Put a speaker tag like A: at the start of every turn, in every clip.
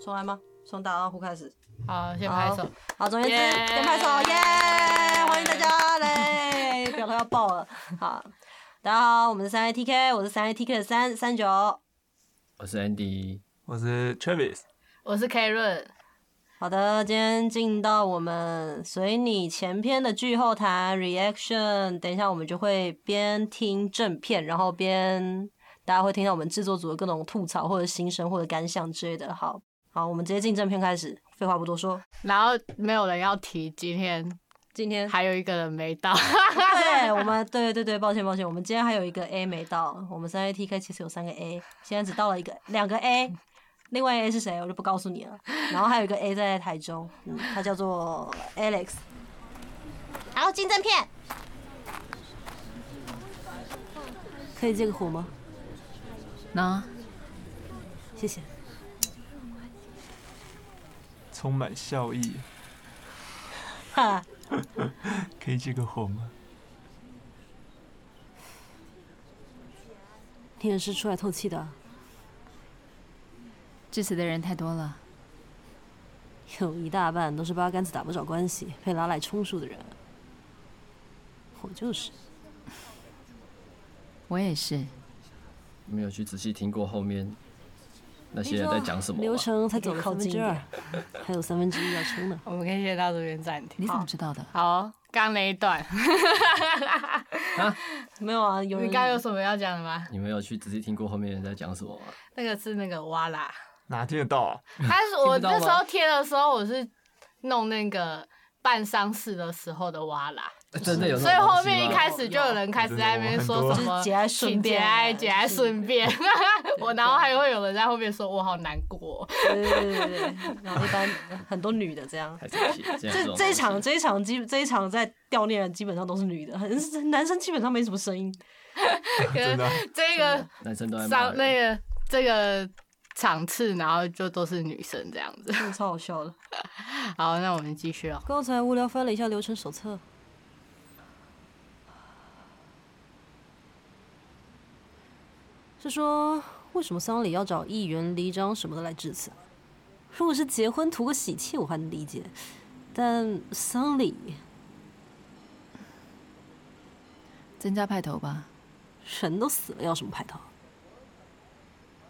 A: 重来吗？从打到呼开始。
B: 好，先拍手。
A: 好，总而言之，
B: 耶
A: 先拍手，耶！欢迎大家嘞，表头要爆了。好，大家好，我们是三 ATK，我是三 ATK 的三三九。
C: 我是 Andy，
D: 我是 Travis，
B: 我是 Karen，
A: 好的，今天进到我们随你前篇的剧后谈 reaction，等一下我们就会边听正片，然后边大家会听到我们制作组的各种吐槽或者心声或者感想之类的。好，好，我们直接进正片开始，废话不多说，
B: 然后没有人要提今天
A: 今天
B: 还有一个人没到，
A: 对，我们对对对，抱歉抱歉，我们今天还有一个 A 没到，我们三 A T K 其实有三个 A，现在只到了一个两个 A，另 外一个 A 是谁我就不告诉你了。然后还有一个 A 在台中，嗯，他叫做 Alex。好，金正片，可以借个火吗？
B: 呢，
A: 谢谢。
D: 充满笑意，
A: 哈，
D: 可以借个火吗？
A: 你也是出来透气的啊、
B: 致辞的人太多了，
A: 有一大半都是八竿子打不着关系，被拉来充数的人。我就是。
B: 我也是。
C: 没有去仔细听过后面那些人在讲什么
E: 流
C: 吧。
E: 程才
A: 给
E: 走
A: 我
E: 了
A: 靠
E: 三分
A: 近
E: 之
A: 一点
E: 二，还有三分之一要冲呢。
B: 我们可以先到这边暂停。
E: 你怎么知道的？
B: 好，哦刚刚那一段，
A: 没有啊，有
B: 你
A: 人
B: 刚刚有什么要讲的吗？
C: 你们有去仔细听过后面人在讲什么吗？
B: 那个是那个哇啦，
D: 哪听得到啊？
B: 他是我
C: 听不到吗
B: 那时候贴的时候，我是弄那个办丧事的时候的哇啦，
C: 哎真的有那
B: 所以后面一开
C: 始
B: 始就有人开始在那边
D: 有
B: 说
D: 有
B: 什么
A: 就是节哀顺
B: 请节
A: 变
B: 哀节哀顺变， 我然后还会有人在后面说我好难过，哦
A: 对对对对，对，然后一般很多女的这样。
C: 开始这样
A: 这
C: 种
A: 这一场
C: 东西
A: 这一场基这一场在掉念的基本上都是女的，很男生基本上没什么声音。
D: 真的啊，
B: 这个
C: 男生都在骂
B: 上
C: 人
B: 那个这个场次，然后就都是女生这样子。
A: 真的超好笑的。
B: 好，那我们继续哦。
E: 刚才无聊翻了一下流程手册，是说为什么丧礼要找议员、里长什么的来致辞？如果是结婚图个喜气，我还能理解，但丧礼
F: 增加派头吧。
E: 人都死了，要什么派头？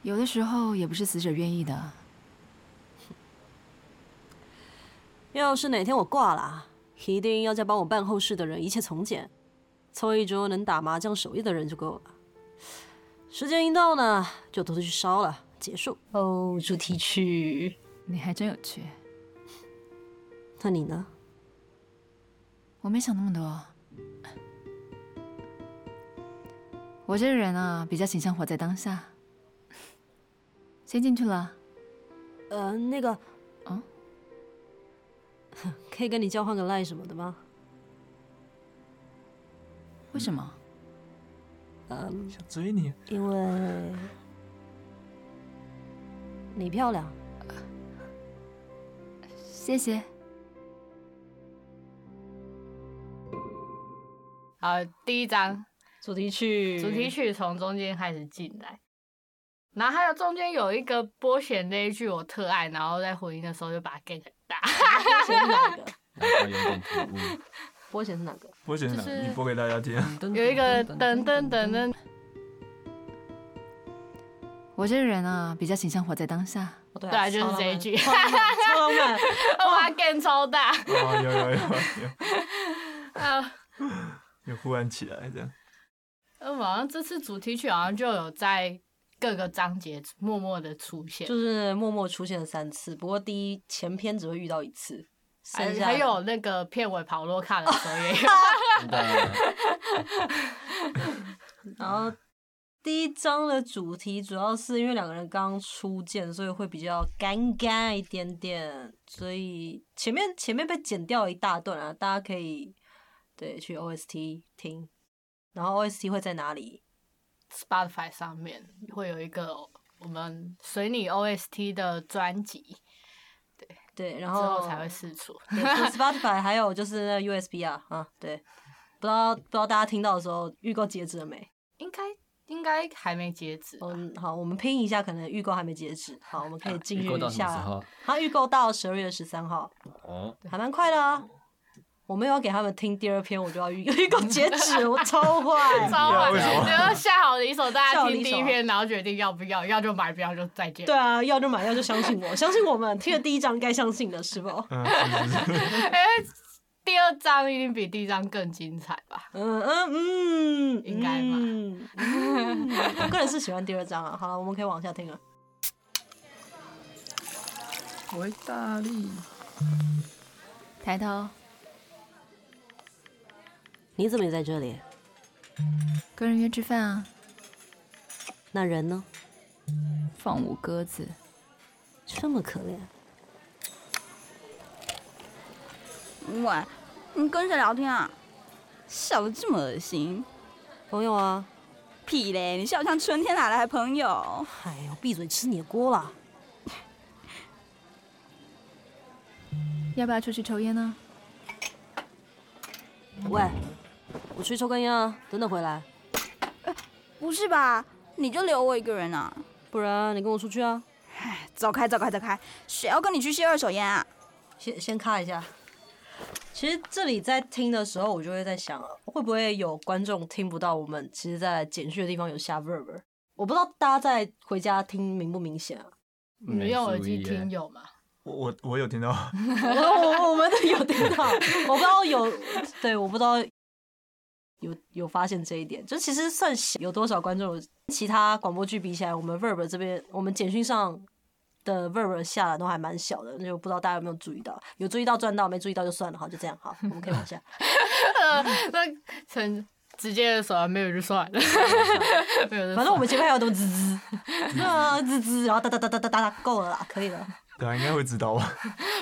F: 有的时候也不是死者愿意的。
E: 要是哪天我挂了啊，一定要叫帮我办后事的人一切从简，凑一桌能打麻将、手艺的人就够了。时间一到呢，就都去烧了，结束。
A: 哦，主题曲，
F: 你还真有趣，
E: 那你呢？
F: 我没想那么多。我这个人啊，比较倾向活在当下。先进去了，
E: 呃，那个，
A: 啊
F: 嗯，
E: 可以跟你交换个赖什么的吗？
F: 为什么？
E: 嗯，
D: 想追你，
E: 因为你漂亮，
F: 谢谢。
B: 好，第一章
A: 主题曲，
B: 主题曲从中间开始进来，然后还有中间有一个波选那一句我特爱，然后在回音的时候就把它 get 大，
A: 波弦是哪个？
C: 然后有点突兀。
A: 波弦是哪个？
D: 我选哪
B: 就是
D: 你播给大家听。
B: 有一个噔噔噔噔，
F: 我这个人啊，比较倾向活在当下。
A: 哦，对
B: 对啊，
A: 啊，
B: 就是这一句，
A: 超浪漫。超浪漫
B: 我把它 get 超大
D: 哦，有有有有
B: 啊！
D: 有忽然起来这样，
B: 嗯，好像这次主题曲好像就有在各个章节默默的出现，
A: 就是默默出现了三次，不过第一前篇只会遇到一次，
B: 还
A: 剩下
B: 还
A: 的
B: 有那个片尾跑洛卡的时候也有。
C: 真的，
A: 然后第一章的主题主要是因为两个人刚初见，所以会比较尴尬一点点，所以前面前面被剪掉了一大段啊，大家可以对去 OST 听，然后 OST 会在哪里？
B: Spotify 上面会有一个我们随你 OST 的专辑，
A: 对，然
B: 之
A: 后
B: 后才会试出。
A: 对除了 Spotify 还有就是那 USB 啊啊，对，不知道不知道大家听到的时候预购截止了没？
B: 应该应该还没截止吧。
A: 嗯，好，我们拼一下，可能预购还没截止。好，我们可以进
C: 啊预购
A: 入
C: 到
A: 一
C: 什么时
A: 下
C: 候。？
A: 他预购到十二月十三 号，
C: 哦，
A: 还蛮快的啊。我没有要给他们听第二篇，我就要预 预购截止，我超坏。
B: 超晚，
D: 为什么
B: 然后下好离手，大
A: 下
B: 家
A: 哦好
B: 听
A: 离
B: 第
A: 手
B: 一篇，然后决定要不要，要就买，不要就再见。
A: 对啊，要就买，要就相信我，相信我们听了第一章该相信的，是不？
D: 嗯，是是是
B: 第二章一定比第一章更精彩吧？
A: 嗯嗯嗯，
B: 应该吧
A: 嗯 嗯我个人是喜欢第二章啊。好了，我们可以往下听了。
C: 维大利，
F: 抬头，
E: 你怎么也在这里？
F: 跟人约吃饭啊，
E: 那人呢？
F: 放我鸽子。
E: 这么可怜，
G: 喂，你跟谁聊天啊？笑得这么恶心，
E: 朋友啊，
G: 屁嘞！你笑得像春天哪来的朋友？
E: 哎呦，闭嘴吃你的锅啦！
F: 要不要出去抽烟呢？
E: 喂，我去抽根烟啊，等等回来，
G: 不是吧？你就留我一个人啊？
E: 不然你跟我出去啊。
G: 走开，走开，走开！谁要跟你去吸二手烟啊？
A: 先先看一下。其实这里在听的时候，我就会在想，啊会不会有观众听不到我们其实，在简讯的地方有下 verb？我不知道大家在回家听明不明显啊？
B: 你用耳机
C: 没注意耶
B: 听有吗？
D: 我我我有听到，
A: 我我我们都有听到，我不知道有对，我不知道有有发现这一点，就其实算小有多少观众有其他广播剧比起来，我们 verb 这边我们简讯上的 verb 下来都还蛮小的，那就不知道大家有没有注意到，有注意到赚到，没注意到就算了，好就这样，好，我们可以往下。
B: 那陈直接手完没有就算了，没 有就算了
A: 反正我们前面还有都滋滋，啊滋滋，然后哒哒哒哒哒哒哒，够了啦，可以了。
D: 大家应该会知道吧？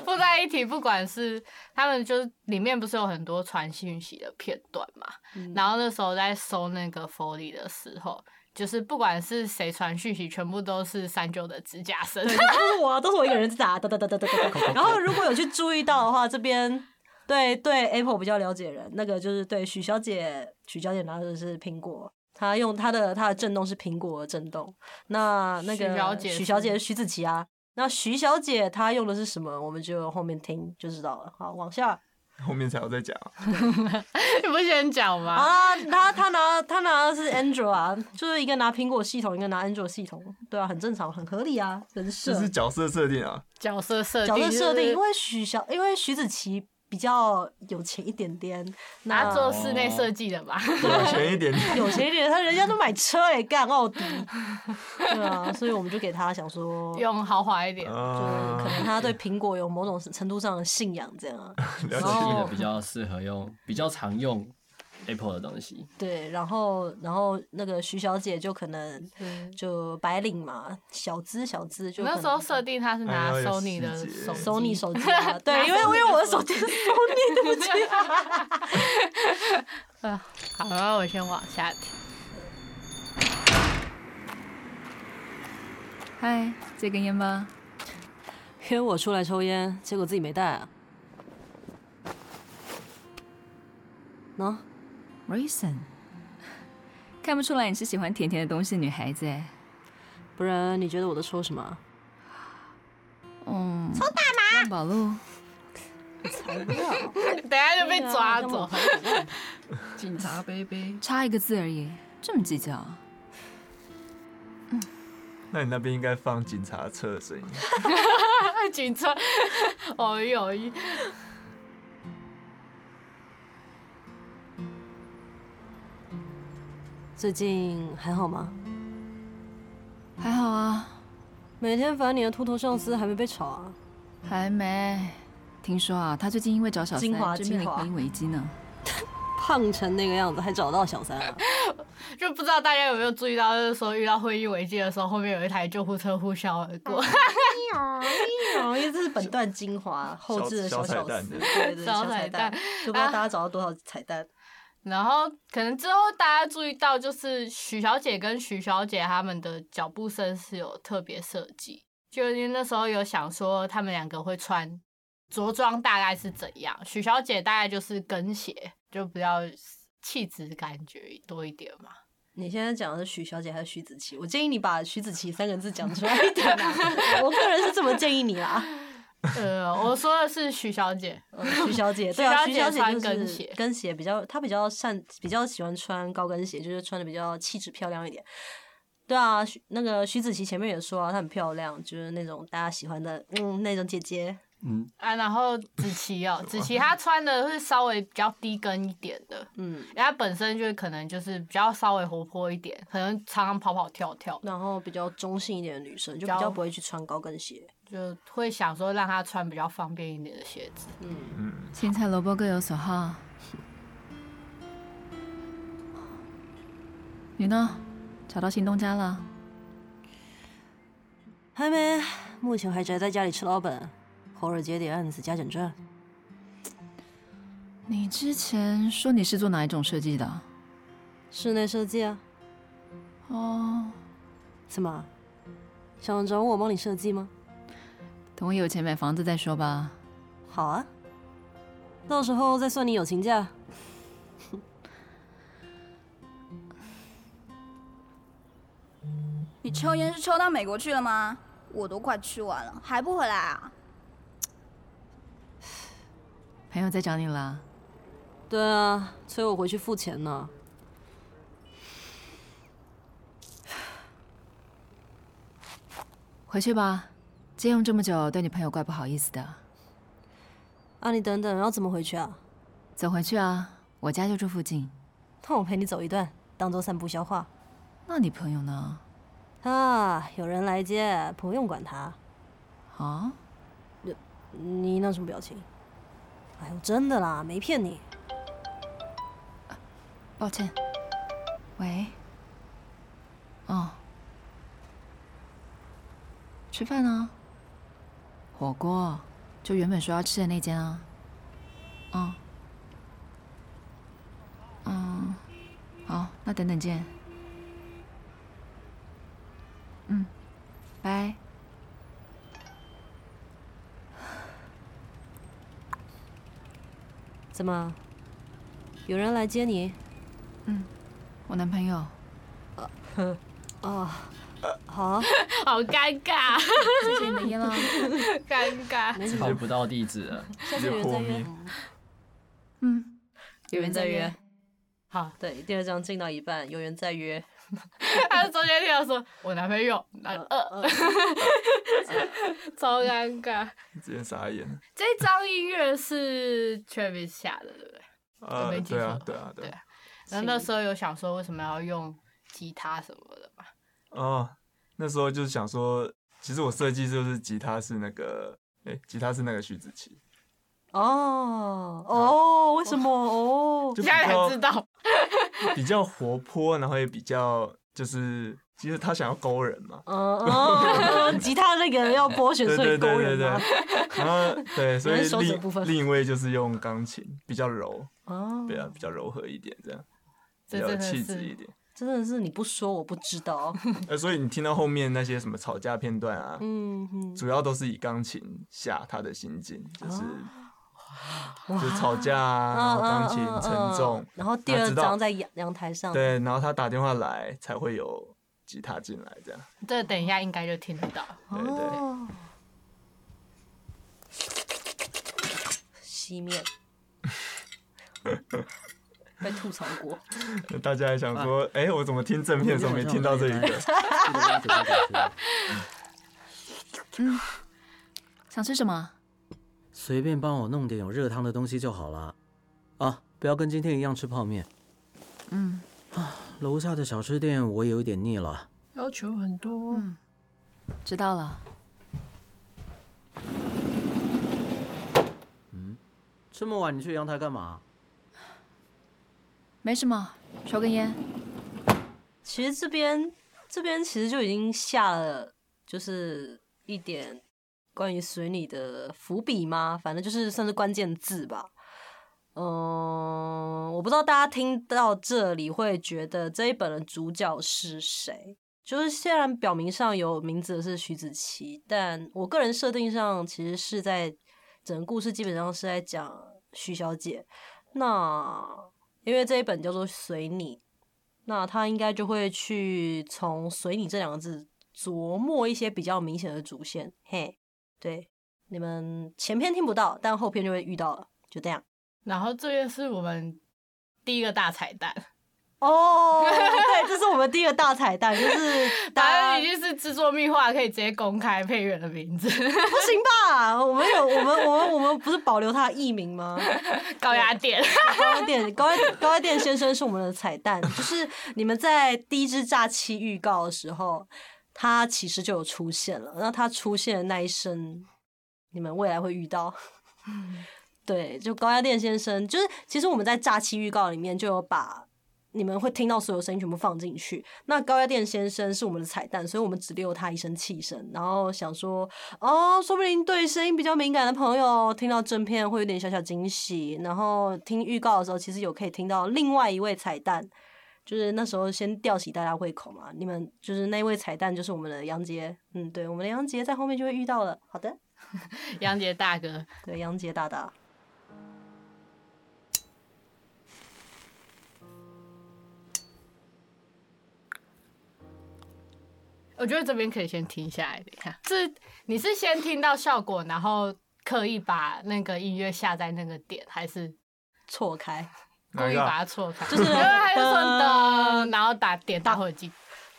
B: 附在一体，不管是他们就是里面不是有很多传讯息的片段嘛，
A: 嗯
B: 然后那时候在搜那个 Foley 的时候，就是不管是谁传讯息，全部都是三九的指甲声。
A: 都是我，都是我一个人在打，哒 哒哒哒哒哒哒。然后如果有去注意到的话，这边对对 Apple 比较了解人，那个就是对许小姐，许小姐拿的是苹果，她用她的她的震动是苹果的震动。那那个
B: 许小姐是
A: 许小姐是徐子淇啊，那徐小姐她用的是什么，我们就后面听就知道了。好，往下。
D: 后面才有在讲，
B: 你不先讲吗？
A: 啊，他他拿他拿的是 Android 啊，就是一个拿苹果系统，一个拿 Android 系统，对啊，很正常，很合理啊，人设
D: 这是角色设定啊。
B: 角色设定，
A: 呃角色设定，因
B: 为
A: 为许小，因为徐子淇比较有钱一点点，
B: 他
A: 那
B: 做室内设计的吧。
A: 哦
D: 有钱一点点，
A: 有钱一点，他人家都买车哎、干奥 迪，对啊，所以我们就给他想说。
B: 用豪华一点，
A: 就是可
D: 啊，
A: 能他对苹果有某种程度上的信仰，这样啊，
D: 了
C: 设
D: 解
C: 计的比较适合用，比较常用 Apple 的东西。
A: 对，然后然后那个徐小姐就可能就白领嘛，小资小资就可
B: 那
A: 能
B: 时候设定他是拿
D: 哎呀有
B: Sony 的
D: 细节
B: 手
A: Sony
B: 机
A: 手机啊， 对，因为因
B: Sony 的
A: 为我的
B: 手
A: 手机是 Sony，对不起，
B: 好，那我先往下听。
F: 嗨，借根烟吧。
E: 约我出来抽烟，结果自己没带啊。喏、
F: Reason，看不出来你是喜欢甜甜的东西的女孩子哎。
E: 不然你觉得我在抽什么啊？
F: 嗯，抽大麻。万宝路，
B: 等一
A: 啊
B: 下就被抓 走。
C: 警察 baby，
F: 差一个字而已，这么计较？
D: 那你那边应该放警察车的声音，
B: 警 车，哦有一
E: 最近还好吗？
F: 还好啊，
E: 每天烦你的秃头上司还没被炒啊？
F: 还没。听说啊，他最近因为找小三，
A: 精华
F: 正面临
A: 精华
F: 婚姻危机呢。
E: 胖成那个样子还找到小三啊？
B: 就不知道大家有没有注意到，就是说遇到婚姻危机的时候，后面有一台救护车呼啸而过，
A: 哦因为这是本段精华后置的
D: 小
A: 小
D: 小
A: 巧
D: 彩
A: 思，
D: 蛋
A: 对对，
B: 小
A: 小彩
B: 彩
A: 蛋
B: 蛋，啊
A: 就不知道大家找到多少彩蛋。
B: 然后可能之后大家注意到，就是许小姐跟许小姐他们的脚步声是有特别设计，就因为那时候有想说他们两个会穿着装大概是怎样，许小姐大概就是跟鞋，就比较气质感觉多一点嘛。
A: 你现在讲的是许小姐还是徐子淇？我建议你把徐子淇三个字讲出来一点 啊！我个人是这么建议你啦。
B: 呃，我说的是许小姐，
A: 呃 徐小姐，对啊，徐
B: 徐
A: 小
B: 小
A: 姐就
B: 姐穿跟
A: 是
B: 鞋
A: 跟鞋比较，她比较善，比较喜欢穿高跟鞋，就是穿的比较气质漂亮一点。对啊，徐那个徐子淇前面也说啊，她很漂亮，就是那种大家喜欢的，嗯，那种姐姐。
C: 嗯，
B: 啊，然后子琪哦，子琪她穿的是稍微比较低跟一点的，
A: 嗯，
B: 她本身就可能就是比较稍微活泼一点，可能常常跑跑跳跳，
A: 然后比较中性一点的女生，就比
B: 比较
A: 较不会去穿高跟鞋。
B: 就会想说让她穿比较方便一点的鞋子。
A: 嗯，
D: 嗯，
F: 青菜萝卜各有所好。 你呢？找到新东家了？
E: 还没，目前还宅在家里吃老本，偶尔接点案子加减赚。
F: 你之前说你是做哪一种设计的啊？
E: 室内设计啊，
F: 哦，
E: 怎么？想找我帮你设计吗？
F: 等我有钱买房子再说吧。
E: 好啊，到时候再算你友情价。
G: 你抽烟是抽到美国去了吗？我都快吃完了，还不回来啊？
F: 朋友在找你了，
E: 对啊，催我回去付钱呢。
F: 回去吧。借用这么久，对你朋友怪不好意思的。
E: 啊，你等等，要怎么回去啊？
F: 走回去啊，我家就住附近。
E: 那我陪你走一段，当做散步消化。
F: 那你朋友呢？
E: 啊，有人来接，不用管他。
F: 啊？
E: 你那什么表情？哎呦，真的啦，没骗你。
F: 抱歉。喂。哦。吃饭啊？火锅，就原本说要吃的那间啊。嗯。嗯，好，那等等见。嗯，拜。
E: 怎么？有人来接你？
F: 我男朋友，
E: 哦，好啊，
B: 好尴尬，
F: 谢谢你的烟啦。
B: 尴尬。
E: 没什么
C: 找，不到地址了。
E: 下次有人再
D: 直接
E: 约
D: 破。
F: 嗯，有人在
A: 在
F: 约。。
B: 好，
A: 对，第二章进到一半，有人在约。
B: 他中间听到说 我男朋友，男二，呃 超尴尬。
D: 直接傻眼了。
B: 这张音乐是 Travis 下的，对不对？
D: 啊
B: 没，记
D: 对啊
B: 错，
D: 对啊，对
B: 对
D: 啊。
B: 然后那时候有想说为什么要用吉他什么的嘛？
D: 哦，那时候就是想说，其实我设计就是吉他是那个，哎，吉他是那个徐子淇，
A: 哦哦，为什么哦？
D: 就
B: 现
D: 比
B: 在才
D: 较
B: 知道，
D: 比较活泼，然后也比较就是，其实他想要勾人嘛。
A: 嗯 哦，吉他那个要拨弦，
D: 对
A: 所
D: 对
A: 以勾
D: 对对
A: 人
D: 对
A: 吗？，
D: 然 后对，所以
A: 手指部分
D: 另另一位就是用钢琴，比较柔，
A: 哦，
D: 对啊，比较柔和一点，这样比
B: 这
D: 较有
B: 真的
D: 气质一
B: 是
D: 点。
A: 真的是你不说我不知道。
D: 呃，所以你听到后面那些什么吵架片段啊，
A: 嗯哼，
D: 主要都是以钢琴下他的心境，就是
A: 哇
D: 就是吵架啊， 然后钢琴
A: 哦嗯嗯嗯
D: 沉重
A: 嗯，然后第
D: 那
A: 二
D: 直到
A: 章在阳阳台上，
D: 对，然后他打电话来才会有吉他进来，这样，
B: 这等一下应该就听得到。
D: 对对，
A: 哦，西 面被吐槽过，
D: 那大家还想说，哎，我怎么听正片的时候没听到这一个？
F: 想吃什么？
H: 随便帮我弄点有热汤的东西就好了。啊，不要跟今天一样吃泡面。
F: 嗯
H: 啊，楼下的小吃店我也有点腻了。
B: 要求很多
F: 嗯，知道了。
H: 这么晚你去阳台干嘛？
F: 没什么，抽根烟。
A: 其实这边这边其实就已经下了，就是一点关于随你的伏笔吗？反正就是算是关键字吧。嗯，我不知道大家听到这里会觉得这一本的主角是谁。就是虽然表明上有名字的是徐子淇，但我个人设定上其实是在整个故事基本上是在讲徐小姐。那因为这一本叫做《随你》，那他应该就会去从“随你”这两个字琢磨一些比较明显的主线。嘿，对，你们前篇听不到，但后篇就会遇到了，就这样。
B: 然后这个是我们第一个大彩蛋，
A: 哦，对，这是我们第一个大彩蛋，就是
B: 答
A: 大
B: 案已
A: 家
B: 经是制作密画，可以直接公开配乐的名字，
A: 不行吧？我们有我们我们我们不是保留他的艺名吗？
B: 高压电。
A: 高压电 高压高压电先生是我们的彩蛋，就是你们在第一支假期预告的时候，他其实就有出现了。那他出现的那一声，你们未来会遇到。 对，就高压电先生，就是其实我们在假期预告里面就有把你们会听到所有声音全部放进去。那高压电先生是我们的彩蛋，所以我们只留他一声气声，然后想说哦，说不定对声音比较敏感的朋友听到正片会有点小小惊喜，然后听预告的时候，其实有可以听到另外一位彩蛋，就是那时候先吊起大家胃口嘛。你们就是那位彩蛋，就是我们的杨杰，嗯，对，我们的杨杰在后面就会遇到了。好的，
B: 杨杰大哥，
A: 对，杨杰大大，
B: 我觉得这边可以先停下来，等一下。是你是先听到效果，然后刻意把那个音乐下在那个点，还是
A: 错开，
B: 故
D: 哪一
B: 意
D: 个
B: 把
D: 啊？
B: 它错 开？
A: 就是
B: 因为他就说噔，然后打点打火 机，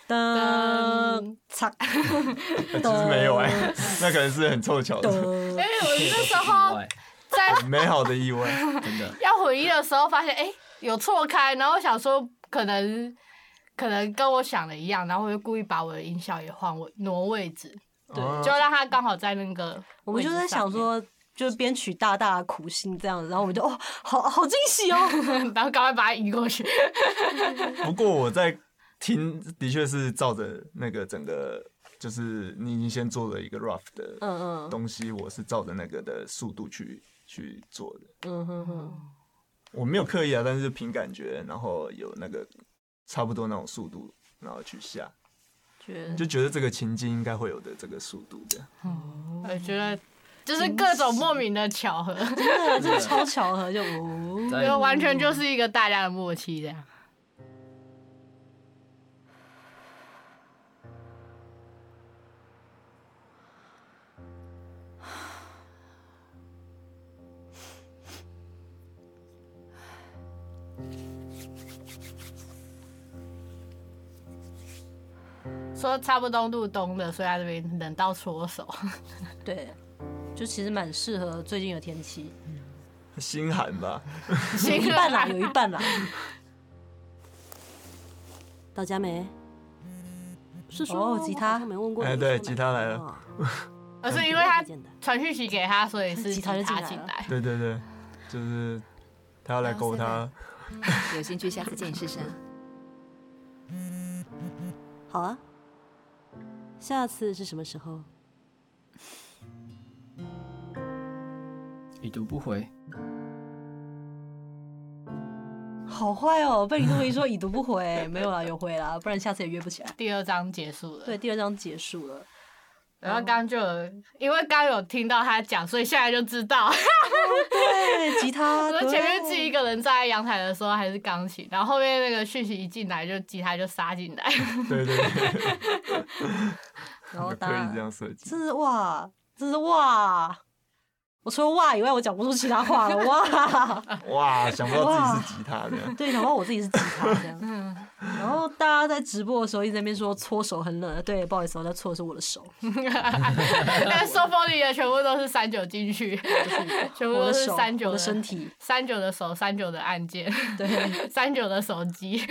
A: 噔
B: 噔，
A: 擦，
D: 呃 其实没有哎， 那可能是很凑巧 的，
B: 因
A: 噔，
B: 为我那时
C: 意
B: 候
C: 外
B: 在
D: 美好的意外。
C: 真的，
B: 要回忆的时候，发现哎、诶有错开，然后我想说可能可能跟我想的一样，然后我就故意把我的音效也换位挪位置，
D: 对
B: 就让它刚好在那个
A: 我们就在想
B: 位
A: 说。就是编曲大大的苦心这样子，然后我们就哦，好好惊喜哦，
B: 置上面， 然后赶快把它移过去。
D: 不过我在听，的确是照着那个整个，就是你已经先做了一个 rough 的
A: 嗯嗯
D: 东西，我是照着那个的速度去去做的。
A: 嗯哼哼，
D: 我没有刻意啊，但是凭感觉，然后有那个差不多那种速度，然后去下，
A: 觉得
D: 就觉得这个情境应该会有的这个速度这样。
B: 我觉得就是各种莫名的巧合，
A: 真的真的超巧合，就哦，
C: 在
B: 就完全就是一个大家的默契这样。说差不多入冬了，所以在这边冷到搓手。
A: 对，就其实蛮适合最近的天气，
D: 心寒 吧，
A: 有 一半啦，有一半啦。
E: 到家没？是说、
A: 哦吉他
E: 我好像没问过你
D: 哎
E: 说
D: 对
E: 买
D: 吉他来了
E: 啊
B: 而是因为他
E: 不简单
B: 传讯息给他，所以是
A: 吉
B: 吉
A: 他
B: 他
A: 就进来
B: 进
A: 了
B: 来。
D: 对对对，就是他要来勾他，
F: 有兴趣下次见你试试啊。
E: 好啊，下次是什么时候？
C: 已读不回，
A: 好坏哦，被你这么一说，已读不回，没有啦，有回啦，不然下次也约不起来。
B: 第二章结束了，
A: 对，第二章结束了，
B: 然
A: 嗯
B: 后刚刚就有，因为刚刚有听到他讲，所以现在就知道。
A: 对，吉他，
B: 我说
A: 对
B: 前面自己一个人站在阳台的时候还是钢琴，然后后面那个讯息一进来就吉他就杀进来，
D: 对对对，
A: 然后大
D: 可以这
A: 家，
D: 样设 计
A: 这。是哇，这是哇，我除了哇以外，我讲不出其他话 了，哇。
D: 哇，想不到自己是吉他这样，
A: 对，想到我自己是吉他这样。然后大家在直播的时候一直在那边说搓手很冷，对，不好意思，我在搓的是我的手，
B: 但收风里的全部都是三九进去，全部
A: 我
B: 都
A: 的
B: 是
A: 手，
B: 三九
A: 我的身。 体，
B: 三九的手，三九的按键，
A: 对。
B: 三九的手机，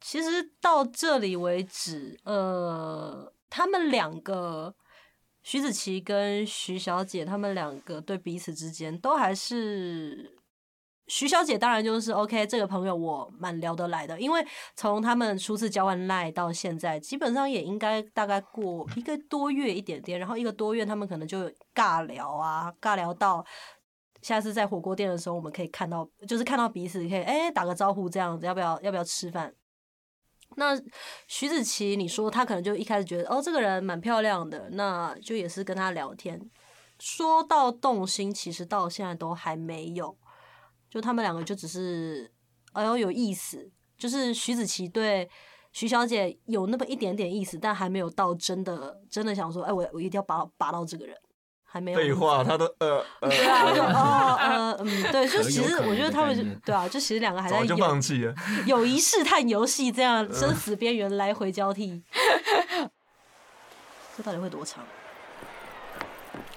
A: 其实到这里为止，呃，他们两个徐子淇跟徐小姐，他们两个对彼此之间都还是。徐小姐当然就是 OK，这个朋友我蛮聊得来的，因为从他们初次交换赖到现在，基本上也应该大概过一个多月一点点，然后一个多月他们可能就尬聊啊，尬聊到下次在火锅店的时候，我们可以看到，就是看到彼此可以哎、打个招呼这样子，要不要要不要吃饭？那徐子淇，你说他可能就一开始觉得哦，这个人蛮漂亮的，那就也是跟他聊天。说到动心，其实到现在都还没有，就他们两个就只是哎呦有意思，就是徐子淇对徐小姐有那么一点点意思，但还没有到真的真的想说，哎，我我一定要拔拔到这个人，还没有。
D: 废话，他都呃呃，
A: 对啊，就哦呃嗯，对，就
C: 可有
A: 其实
C: 可
A: 我觉得
C: 无的
A: 他们
C: 概
A: 就
C: 念
A: 对啊，就其实两个还在
D: 早就
A: 有
D: 放弃了。嗯
A: 友谊试探游戏这样生死边缘来回交替， 这到底会多长？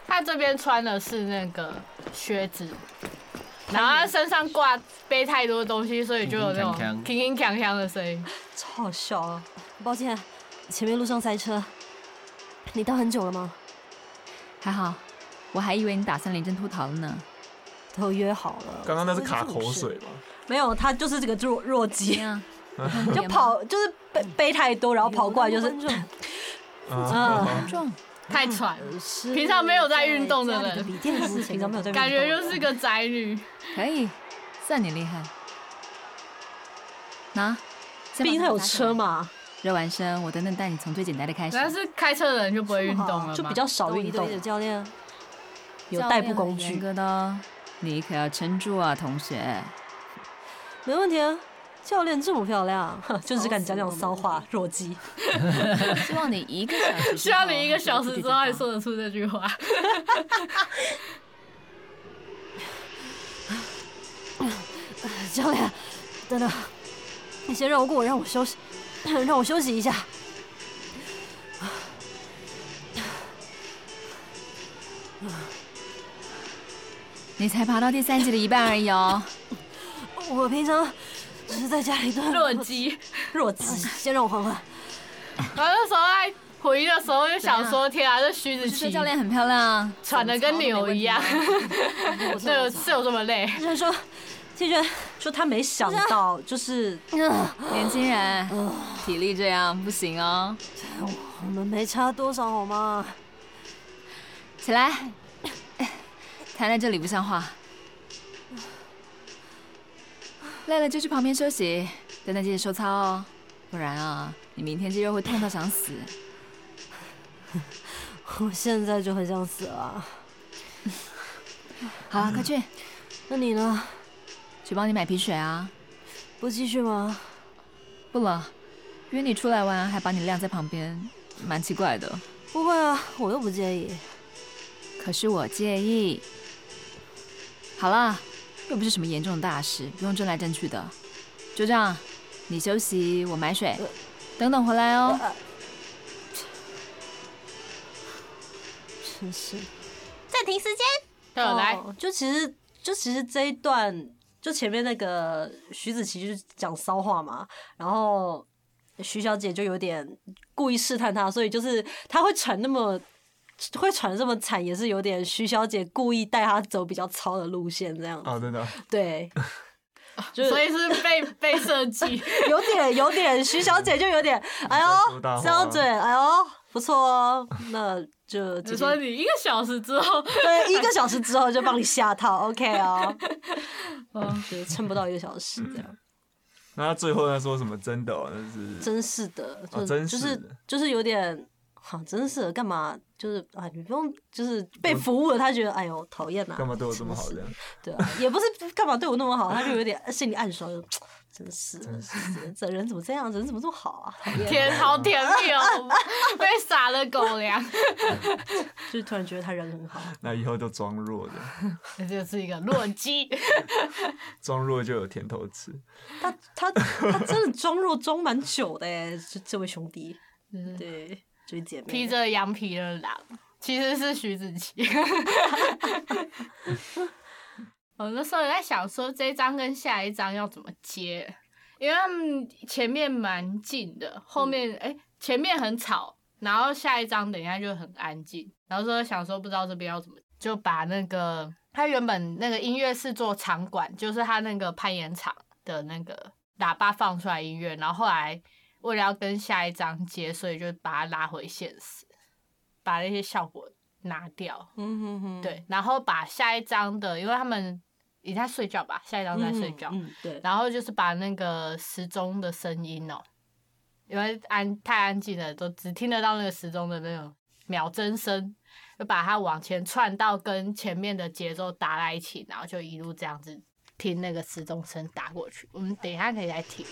B: 他这边穿的是那个靴子，然后他身上挂背太多东西，所以就有那种
C: 铿铿锵锵
B: 铿铿锵锵的声音。
A: 超好笑啊！
E: 抱歉，前面路上塞车。你到很久了吗？
F: 还好，我还以为你打算临阵脱逃了呢。
A: 都约好了，
D: 刚刚那是卡
A: 怎么
D: 口
A: 会这种事
D: 水，吧？
A: 没有，他就是这个弱弱
F: 怎么
A: 鸡，
F: 样？嗯
A: 就跑就是背背太多，然后跑过来就是
E: 嗯有那么观
D: 啊，
A: 嗯
F: 观众，
B: 太喘，
A: 是
B: 平常没有在运动的
A: 家里
B: 人
A: 笔电是平常没有在运动的人，
B: 感觉就是个宅女。
F: 可以，算你厉害。拿，先把
A: 毕竟他有
F: 拿起来
A: 车。嘛，
F: 热完身，我等等带你从最简单的开始。
B: 但是开车的人就不会运动了嘛
A: 就比较少
E: 懂
A: 运
E: 一对
A: 动
E: 一，的教练，
A: 有
F: 教
A: 代
F: 练
A: 步工
F: 很严
A: 具。
F: 格的哦，你可要撑住啊，同学。
E: 没问题啊。教练这么漂亮，
A: 就只敢讲讲骚话，弱鸡。
F: 希望你一个小时之后，
B: 需要你一个小时之后还
F: 说。
B: 说得出这句话。
E: 教练，等等，你先饶过我，让我休息，让我休息一下。
F: 你才爬到第三集的一半而已哦。
E: 我平常只是在家里锻
B: 弱
E: 炼。
B: 鸡，
E: 弱鸡，先让我缓 缓。
B: 然后那时候在回忆的时候就想说，天啊，这徐子
F: 就说
B: 淇
F: 教练很漂亮啊，
B: 喘的跟牛一样，
E: 我
B: 是 有是有这么累？
E: 医生说，季轩，
A: 就他没想到，就是
F: 年轻人体力这样不行哦。
E: 我们没差多少好吗？
F: 起来， 哎谈在这里不像话。累了就去旁边休息，等等记得收操哦，不然啊，你明天肌肉会痛到想死。
E: 我现在就很想死了。
F: 好啊了，快去，
E: 那你呢？
F: 去帮你买瓶水啊。
E: 不继续吗？
F: 不了，约你出来玩还把你晾在旁边，蛮奇怪的。
E: 不会啊，我又不介意。
F: 可是我介意。好了，又不是什么严重的大事，不用争来争去的。就这样，你休息，我买水，等等回来哦。
E: 真是，
A: 暂停时间。
B: 对，来，
A: 哦就其实就其实这一段，就前面那个徐子淇就是讲骚话嘛，然后徐小姐就有点故意试探他，所以就是他会传那么。会传得这么惨，也是有点徐小姐故意带他走比较糙的路线，这样
D: 啊，真的啊，
A: 对，就是
B: 所以是被被设计。
A: 有点有点徐小姐就有点，哎 呦
D: 说大话，
A: 张嘴，哎呦，不错哦，那就
B: 你
A: 姐
B: 说
A: 姐
B: 你一个小时之后，
A: 对一个小时之后就帮你下套，OK 哦，嗯就是嗯撑不到一个小时这样。
D: 那他最后他说什么？真的哦，那是
A: 真是的，就、
D: 哦真
A: 就是是
D: 的
A: 就是有点，哈、真是的，干嘛？就是啊，你不用，就是被服务了，他觉得哎呦讨厌呐，
D: 干嘛对我这么好
A: 真
D: 这
A: 是
D: 样
A: 的？对啊，也不是干嘛对我那么好，他就有点心里暗爽，就真是的，这这人怎么这样？人怎么这么好啊？讨厌
B: 天，好甜蜜哦，被撒了狗粮，
A: 就是突然觉得他人很好，
D: 那以后就装弱的，
B: 这就是一个弱鸡。
D: 装弱就有甜头吃。
A: 他他他真的装弱装蛮久的哎，这这位兄弟，对，这位姐妹，
B: 披着羊皮的狼，其实是徐子淇。 我那时候也在想说，这一章跟下一章要怎么接，因为他们前面蛮近的，后面哎、诶前面很吵，然后下一章等一下就很安静，然后说想说不知道这边要怎么，就把那个他原本那个音乐是做场馆，就是他那个攀岩场的那个喇叭放出来音乐，然后后来为了要跟下一章接，所以就把它拉回现实，把那些效果拿掉。
A: 嗯哼哼，
B: 对，然后把下一章的，因为他们也在睡觉吧，下一章
A: 嗯，
B: 在睡觉，
A: 嗯，对，
B: 然后就是把那个时钟的声音哦，因为安太安静了，都只听得到那个时钟的那种秒针声，就把它往前串到跟前面的节奏搭在一起，然后就一路这样子听那个时钟声打过去。我们等一下可以来听。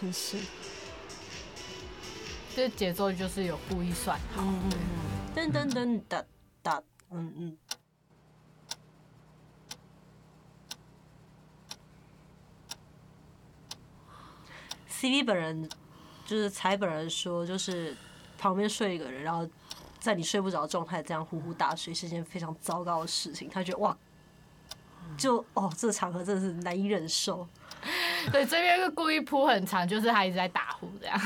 E: 真是。
B: 这节奏就是有故意算好，
A: 噔噔噔哒哒，嗯嗯。CV 本人就是才本人说，就是旁边睡一个人，然后在你睡不着的状态这样呼呼大睡是一件非常糟糕的事情。他觉得哇，就哦，这个场合真的是难以忍受。
B: 对，这边是故意铺很长，就是他一直在打呼这样。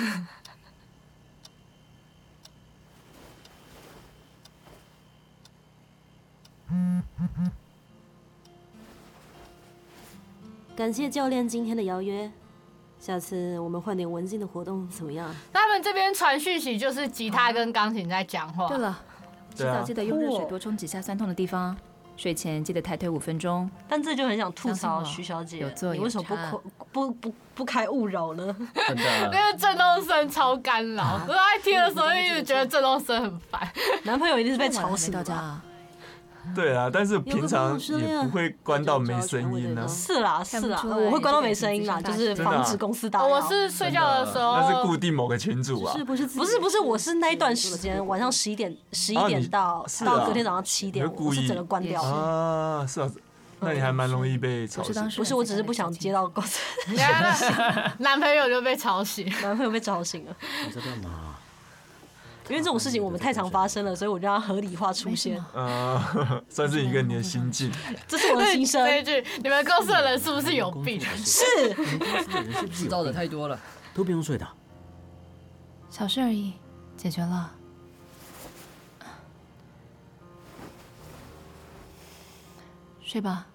E: 感谢教练今天的邀约，下次我们换点文静的活动怎么样？
B: 他们这边传讯息就是吉他跟钢琴在讲话
F: 对，了，洗
D: 对啊
F: 澡记得用热水多冲几下酸痛的地方，睡前记得抬腿五分钟。
A: 但这就很想吐槽
F: 相信我
A: 徐小姐
F: 有，做
A: 你
F: 有
A: 为什么不
F: 差
A: 扣不不不开勿扰呢？
C: 真的
B: 那个震动声超干扰。我在听的时候一直觉得震动声很烦。
A: 男朋友一定是被
F: 晚了
A: 吵
F: 还
A: 醒
F: 没到
A: 的
F: 家
A: 吧。
F: 啊，
D: 对啊，但是平常
E: 失恋
D: 也不会关到没声音
E: 我
D: 啊呢
E: 就，
A: 是啦，是
F: 看不
A: 啦，
F: 出来
A: 呃我会关到
F: 这个
A: 没
F: 人
A: 声音啦，
F: 自
A: 就
F: 身
A: 是
F: 大
A: 防
D: 小
A: 止公司打扰。
B: 哦我是睡觉的时候，
D: 那是固定某个群主啊
E: 哦是。不是自己
A: 不是不是，我是那一段时间晚上十一点十一
D: 啊
A: 点
D: 你
A: 到
D: 是
A: 到
D: 啊
A: 隔天早上七点，
D: 你会故
A: 我是
D: 意
A: 整个关
F: 也
A: 掉
F: 是
A: 了。
D: 啊，是啊，那你还蛮容易被吵
F: 我是
D: 醒
F: 当
D: 的。
F: 时
A: 不是，我只是不想接到公司
B: 等一下那 男朋友就被吵醒。
A: 男朋友被吵醒了，
H: 你在干嘛啊？
A: 因为这种事情我们太常发生了，所以我就让它合理化出现。
D: 呃， 算是一个你的心境。
A: 这是我的心声
B: 这，一句，你们公司的人是不是有病？
H: 是
A: 是
H: 人是不是
C: 知
H: 有
C: 道的
H: 病
C: 太多了。
H: 都不用睡的？
F: 小事而已，解决了。睡吧，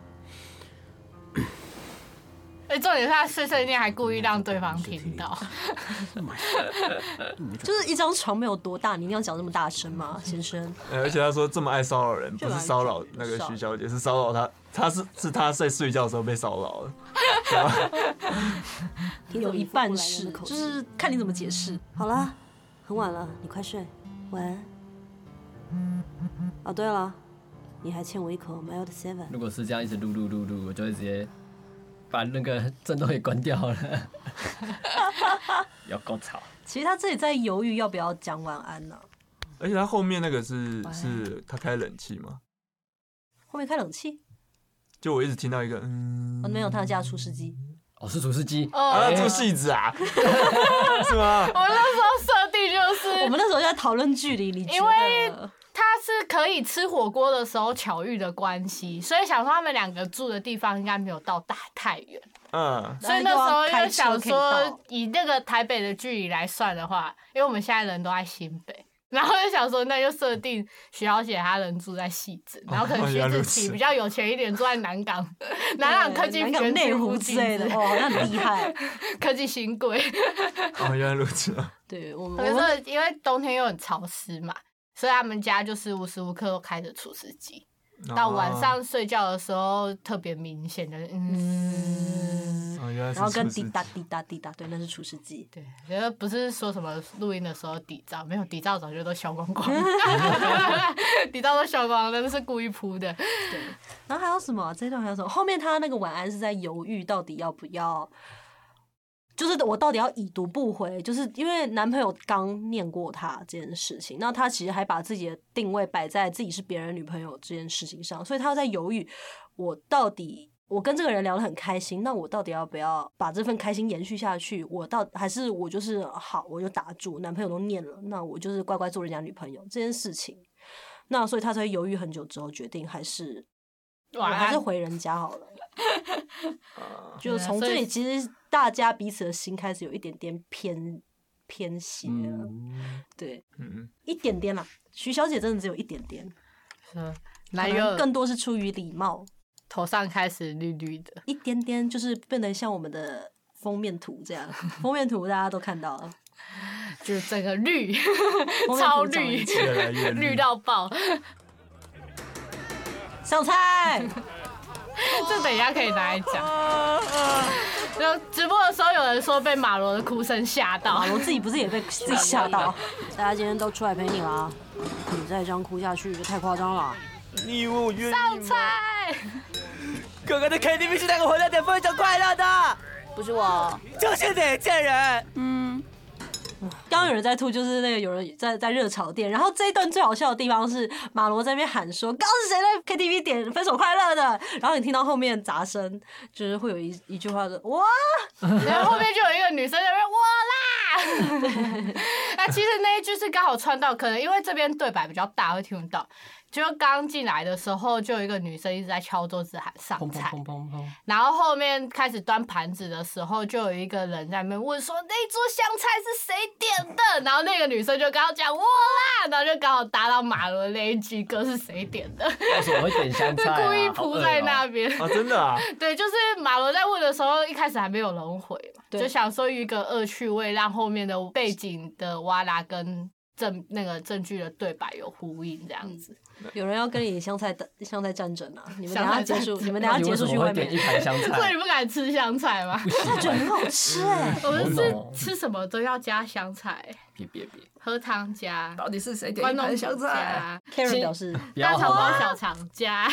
B: 哎，重点是他碎碎念还故意让对方听到，
A: 就是一张床没有多大，你一定要讲这么大声吗，先生？
D: 呃而且他说这么爱骚扰人，不是骚扰那个徐小姐，是骚扰她，她是是她在睡觉的时候被骚扰的。
E: 听
A: 有
E: 懂你
A: 一
E: 复古来
A: 半
E: 人
A: 是
E: 的，口
A: 就
E: 气
A: 是看你怎么解释。
E: 好了，很晚了，你快睡，晚安。哦，对了，你还欠我一口 mild seven。
C: 如果是这样一直录录录录，我就会直接把那个 震动也关掉了。 要够吵，
A: 其实他自己在犹豫要不要讲晚安呢、
D: 而且她后面那个是是她开冷气嘛，
A: 后面开冷气，
D: 就我一直听到一个嗯
A: 哦，没有，他家厨师机。
C: 哦，是厨师机，
D: 啊，
B: 哦，
D: 做戏子啊， 是吗？
B: 我那时候设定就是
A: 我们那时候就在讨论距离，你觉
B: 因为
A: 得？
B: 他是可以吃火锅的时候巧遇的关系，所以想说他们两个住的地方应该没有到大太远，
D: 嗯，
B: 所以那时候就想说以那个台北的距离来算的话，因为我们现在人都在新北。然后就想说，那就设定徐小姐她人住在戏子，然后可能
D: 哦
B: 徐
D: 原来
B: 子
D: 如此
B: 琪比较有钱一点，住在南 港、南港科技
A: 南港
B: 园区
A: 内
B: 附
A: 湖之
B: 近
A: 类的，
B: 之
A: 哦，那很厉害。
B: 科技 新贵。
D: 哦，原来如此啊。
A: 对我
B: 可
A: 们，我们
B: 是因为冬天又很潮湿嘛，所以他们家就是无时无刻都开着除湿机。到晚
D: 啊
B: 上睡觉的时候特别明显的，
A: 嗯
B: 嗯，
D: 哦，原来是
A: 然后跟
D: 厨师
A: 滴答滴答滴答，对，那是除湿机。
B: 对，觉得不是说什么录音的时候底噪，没有底噪早就都消光 光，底噪都消光了，那是故意铺的。
A: 然后还有什么啊？这一段还有什么？后面他那个晚安是在犹豫到底要不要，就是我到底要已读不回，就是因为男朋友刚念过他这件事情，那他其实还把自己的定位摆在自己是别人女朋友这件事情上，所以他在犹豫，我到底。我跟这个人聊得很开心，那我到底要不要把这份开心延续下去？我到还是我就是好，我就打住，男朋友都念了，那我就是乖乖做人家女朋友这件事情。那所以他才会犹豫很久之后决定还是
B: 晚
A: 我还
B: 安
A: 是，回人家好 了。就
B: 对啊
A: 从
B: 所
A: 这
B: 以
A: 里，其实大家彼此的心开始有一点点偏偏斜了，
B: 嗯
A: 对，
D: 嗯，
A: 一点点啦。徐小姐真的只有一点点，
B: 嗯
A: 可
B: 男友
A: 能更多是出于礼貌，
B: 头上开始绿绿的，
A: 一点点就是变得像我们的封面图这 样，封面图大家都看到了，
B: 就是整个绿，
A: 封面图
B: 超
A: 长一
B: 绿，
A: 截
D: 越来越
B: 绿
D: 绿
B: 到爆。
A: 上菜，
B: 这等一下可以拿来 讲。就直播的时候，有人说被马罗的哭声吓到，
A: 啊我自己不是 也被自己吓到，
E: 大家今天都出来陪你了啊，你再这样哭下去就太夸张了啊。
D: 你以为我愿意吗？
B: 上菜。
I: 哥哥的 KTV 是那个混蛋点分享快乐的，
G: 不是我，
I: 就是你贱人！
G: 嗯，
A: 刚刚有人在吐，就是那个有人在在热炒店。然后这一段最好笑的地方是马罗在那边喊说：“刚刚是谁在 KTV 点分手快乐的？”然后你听到后面杂声，就是会有一一句话的哇，
B: 然后后面就有一个女生在那边我啦。 那其实那一句是刚好串到，可能因为这边对白比较大，会听不到。就刚进来的时候，就有一个女生一直在敲桌子喊上
C: 砰砰
B: 菜，
C: 砰砰砰，
B: 然后后面开始端盘子的时候，就有一个人在那边问说：“那一桌香菜是谁点的？”然后那个女生就刚好讲我啦，然后就刚好搭到马伦那一句歌是谁点的，
C: 为什么会点香
B: 就
C: 菜、啊？
B: 故意
C: 好
B: 扑
C: 饿
B: 在
C: 哦
B: 那边。
D: 啊，真的啊，
B: 对，就是马罗在问的时候，一开始还没有人回嘛，
A: 对
B: 就想说一个恶趣味，让后面的背景的哇啦跟证那个证据的对白有呼应，这样子。
A: 有人要跟你香菜的 香菜战争啊！你们等一下
B: 香菜
A: 结
B: 战
A: 束，
B: 争
A: 你们等一
C: 那
A: 下
C: 你
A: 结
C: 为什
A: 束去
C: 么会
A: 外
C: 点一
A: 面。
C: 盘香
B: 所以
C: 菜
B: 你？不敢吃香 菜吗？
A: 他 觉得很好吃哎、
B: 我们
C: 好冷哦
B: 是吃什么都要加香菜，
C: 别别别！
B: 喝汤加，
C: 到底是谁点
B: 关
C: 一
B: 东
C: 盘
B: 煮
C: 香菜？
B: 加，
A: k a r e n 表示
C: 不
B: 大
C: 要
B: 肠
C: 好
B: 包
C: 吗？
B: 小肠加，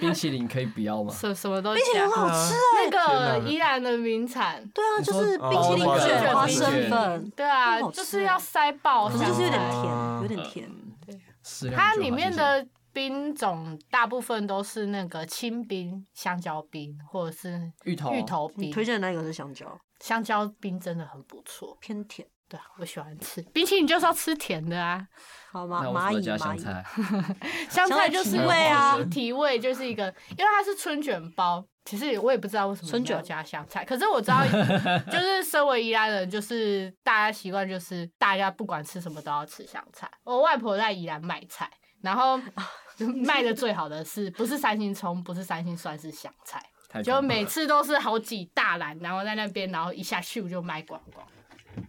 C: 冰淇淋可以不要吗？
B: 什什么都加。
A: 好吃
B: 那个
D: 天哪
B: 宜兰的名产，
A: 对啊，
C: 你
A: 就
C: 说
A: 是
D: 哦
A: 冰淇淋
D: 花
A: 卷
D: 生
A: 花
B: 冰
A: 生
B: 卷
A: 粉，
B: 对啊
A: 很好，吃
B: 就是
A: 欸
B: 要塞爆
A: 可
B: 香
A: 是就
B: 菜，
A: 是有点
D: 哦
A: 甜，有点甜。
B: 嗯
C: 适量
B: 它
C: 就
B: 里
C: 好
B: 面
C: 谢谢
B: 的冰种大部分都是那个青冰、香蕉冰或者是
C: 芋头
B: 芋头
A: 你
B: 冰。
A: 推荐的那个是香蕉，
B: 香蕉冰真的很不错，
A: 偏甜，
B: 对啊，我喜欢吃。冰淇淋就是要吃甜的啊，
A: 好吗？
C: 那我
A: 蚂
C: 除了
A: 蚁
C: 加
A: 蚂
C: 香
A: 蚁，
C: 菜，
B: 香菜
A: 菜
B: 就是
A: 提
C: 味啊
B: 提味就是一个，因为它是春卷包。其实我也不知道为什么
A: 春
B: 没有
A: 卷
B: 加香菜，可是我知 道，就是身为宜兰人，就是大家习惯就是大家不管吃什么都要吃香菜。我外婆在宜兰卖菜，然后卖的最好的是不是三星葱，不是三星蒜，是香菜，
C: 太
B: 就
C: 棒了
B: 每次都是好几大篮，然后在那边，然后一下咻就卖光光。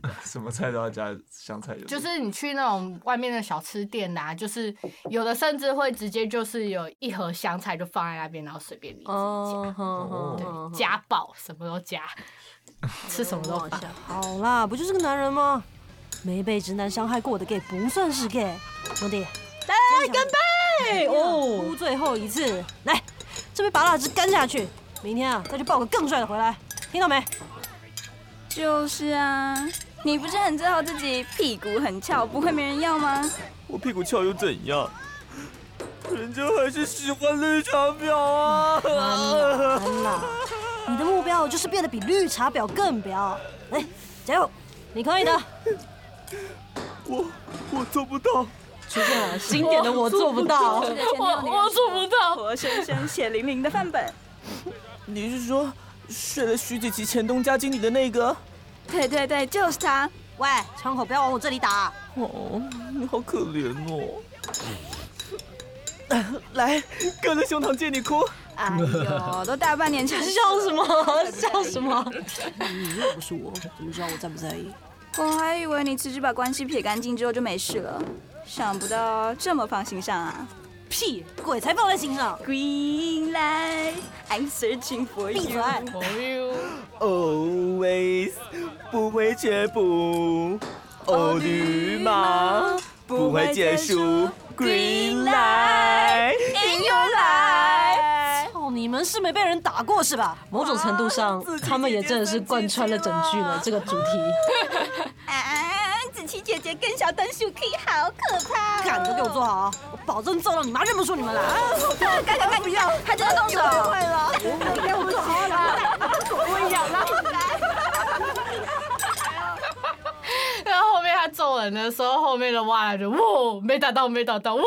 D: 什么菜都要加香菜，
B: 就是你去那种外面的小吃店啊，就是有的甚至会直接就是有一盒香菜就放在那边，然后随便你自己加，
A: 哦，哼
D: 哦
A: 哼哼哼
B: 加爆什么都加，吃什么都
A: 我
B: 放
A: 想。哦好啦，不就是个男人吗？没被直男伤害过的 gay 不算是 gay，兄弟，来哎干杯哦！哭最后一次，来，这杯拔蜡汁干下去，明天啊再去抱个更帅的回来，听到没？
G: 就是啊，你不是很自豪自己屁股很翘，不会没人要吗？
I: 我屁股翘又怎样？ 人家还是喜欢绿茶婊啊！
A: 安啦，你的目标就是变得比绿茶婊更婊，来，加油，你可以的！
I: 我我做不到，
A: 出现了经典的我做不 到，
G: 我我做不到，活生生血淋淋的范本。
I: 你是说睡了徐子淇前东家经理的那个？
G: 对对对，就是他。
A: 喂，枪口不要往我这里打啊，
I: 哦，你好可怜哦。来，哥的胸膛借你哭。
G: 哎呦，都大半年前
A: 笑什么？笑什么？你又不是我，怎么知道我在不在意？
G: 我还以为你辞职把关系撇干净之后就没事了，想不到这么放心上啊！
A: 屁，鬼才放在心上！
G: Green light, I'm searching for
A: 闭嘴
G: you。！
I: Always 不会却步，哦绿马不会结束，Green light
G: 迎又来。
A: 哦，你们是没被人打过是吧？某种程度上，他们也真的是贯穿了整句了这个主题。
G: 啊，子琪姐姐跟小短鼠 K 好可怕、哦！
A: 敢都给我坐好啊，我保证揍到你妈认不出你们来！
G: 好怕！赶赶赶，不要！他真的动手！快了，给我坐好了，我咬
B: 然后后面他揍人的时候，后面的哇啦就哇没打到，没打到，哇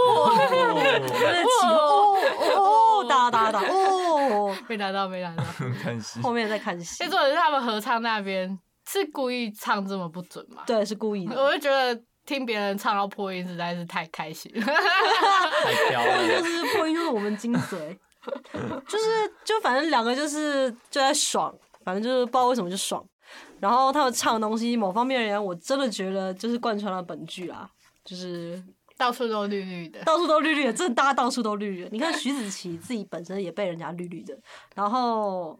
A: 对不起，哦哦，打打打，哦，
B: 没打到，没打到。
D: 很看戏。
A: 后面在看戏
B: 最，重点是他们合唱那边是故意唱这么不准吗？
A: 对，是故意的。
B: 我就觉得听别人唱到破音实在是太开心了。
C: 太飘了，
A: 就是破音就是我们精髓，就是就反正两个就是就在爽，反正就是不知道为什么就爽。然后他们唱的东西，某方面而言，我真的觉得就是贯穿了本剧啊，就是
B: 到处都绿绿的，
A: 到处都绿绿的，真的大家到处都绿绿的。你看徐子淇自己本身也被人家绿绿的，然后，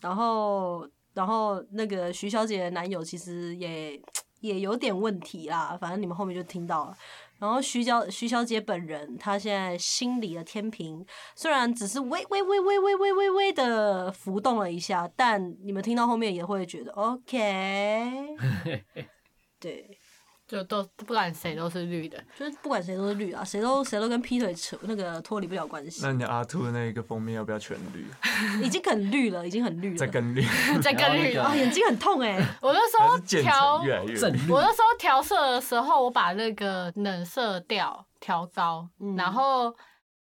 A: 然后，然后那个徐小姐的男友其实也也有点问题啦，反正你们后面就听到了。然后徐小徐小姐本人，她现在心里的天平虽然只是微微微微微微微微的浮动了一下，但你们听到后面也会觉得 OK，对，
B: 就都不管谁都是绿的，
A: 就是不管谁都是绿啊，谁都谁都跟劈腿扯那个脱离不了关系
D: 那，你的阿兔的那个封面要不要全绿？嗯
A: 已经很绿了，已经很绿
D: 再
A: 了，
D: 更绿，
B: 在
C: 然
B: 跟
C: 后那
B: 绿
C: 个
B: 的。
A: 啊，眼睛很痛哎、
B: 我那时
D: 它
B: 候
D: 是渐
B: 调
D: 层，越来越
C: 正
D: 绿。
C: 绿
B: 我那时候调色的时候，我把那个冷色调调高，
A: 嗯
B: 然后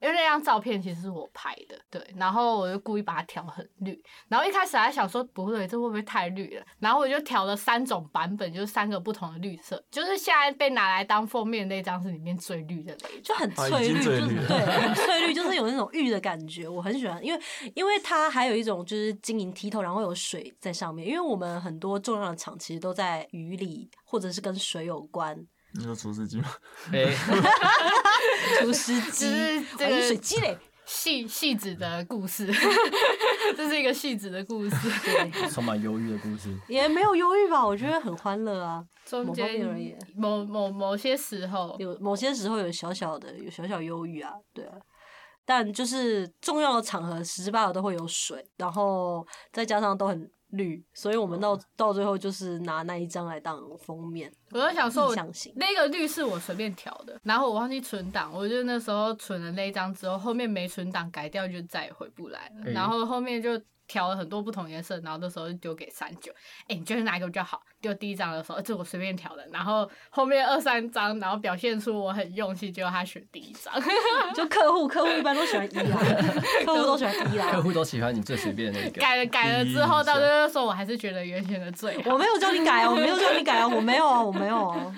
B: 因为那张照片其实是我拍的，对，然后我就故意把它调很绿，然后一开始还想说不对，这会不会太绿了？然后我就调了三种版本，就是三个不同的绿色，就是现在被拿来当封面那张是里面最绿的那一
A: 就
B: 张。
A: 很
D: 啊已
A: 翠
D: 经
A: 绿，就
D: 翠
A: 是
D: 绿了
A: 对，很翠绿，就是有那种玉的感觉，我很喜欢，因为因为它还有一种就是晶莹剔透，然后会有水在上面，因为我们很多重要的场其实都在雨里，或者是跟水有关，
D: 你说厨师机吗？
C: 哎，
A: 除湿机
B: 就是，这
A: 还
B: 个
A: 有水机嘞，
B: 戏戏子的故事， 这是一个戏子的故事。
C: 充满忧郁的故事。
A: 也没有忧郁吧，我觉得很欢乐啊。
B: 中
A: 某方面而言
B: 间某某某些时候，
A: 有某些时候有小小的有小小忧郁啊，对啊。但就是重要的场合，十之八九都会有水，然后再加上都很绿，所以我们
C: 哦
A: 到、到最后就是拿那一张来当封面，
B: 我就想说，
A: 意
B: 我
A: 向型。
B: 那个绿是我随便调的，然后我忘记存档，我就那时候存了那一张之后，后面没存档改掉就再也回不来了，
C: 嗯
B: 然后后面就调了很多不同颜色，然后那时候就丢给三九，哎，你觉得哪一个比较好？丢第一张的时候，呃这我随便调的，然后后面二三张，然后表现出我很用心，结果他选第一张，
A: 就客户，客户一般都喜欢一啦，客户都喜欢一啊
C: 客
A: 啦。
C: 户都喜欢你最随便的那个。
B: 改了改了之后，到最后说我还是觉得原先的最好。
A: 我没有叫你改哦，我没有叫你改哦，我没有啊，我没有啊。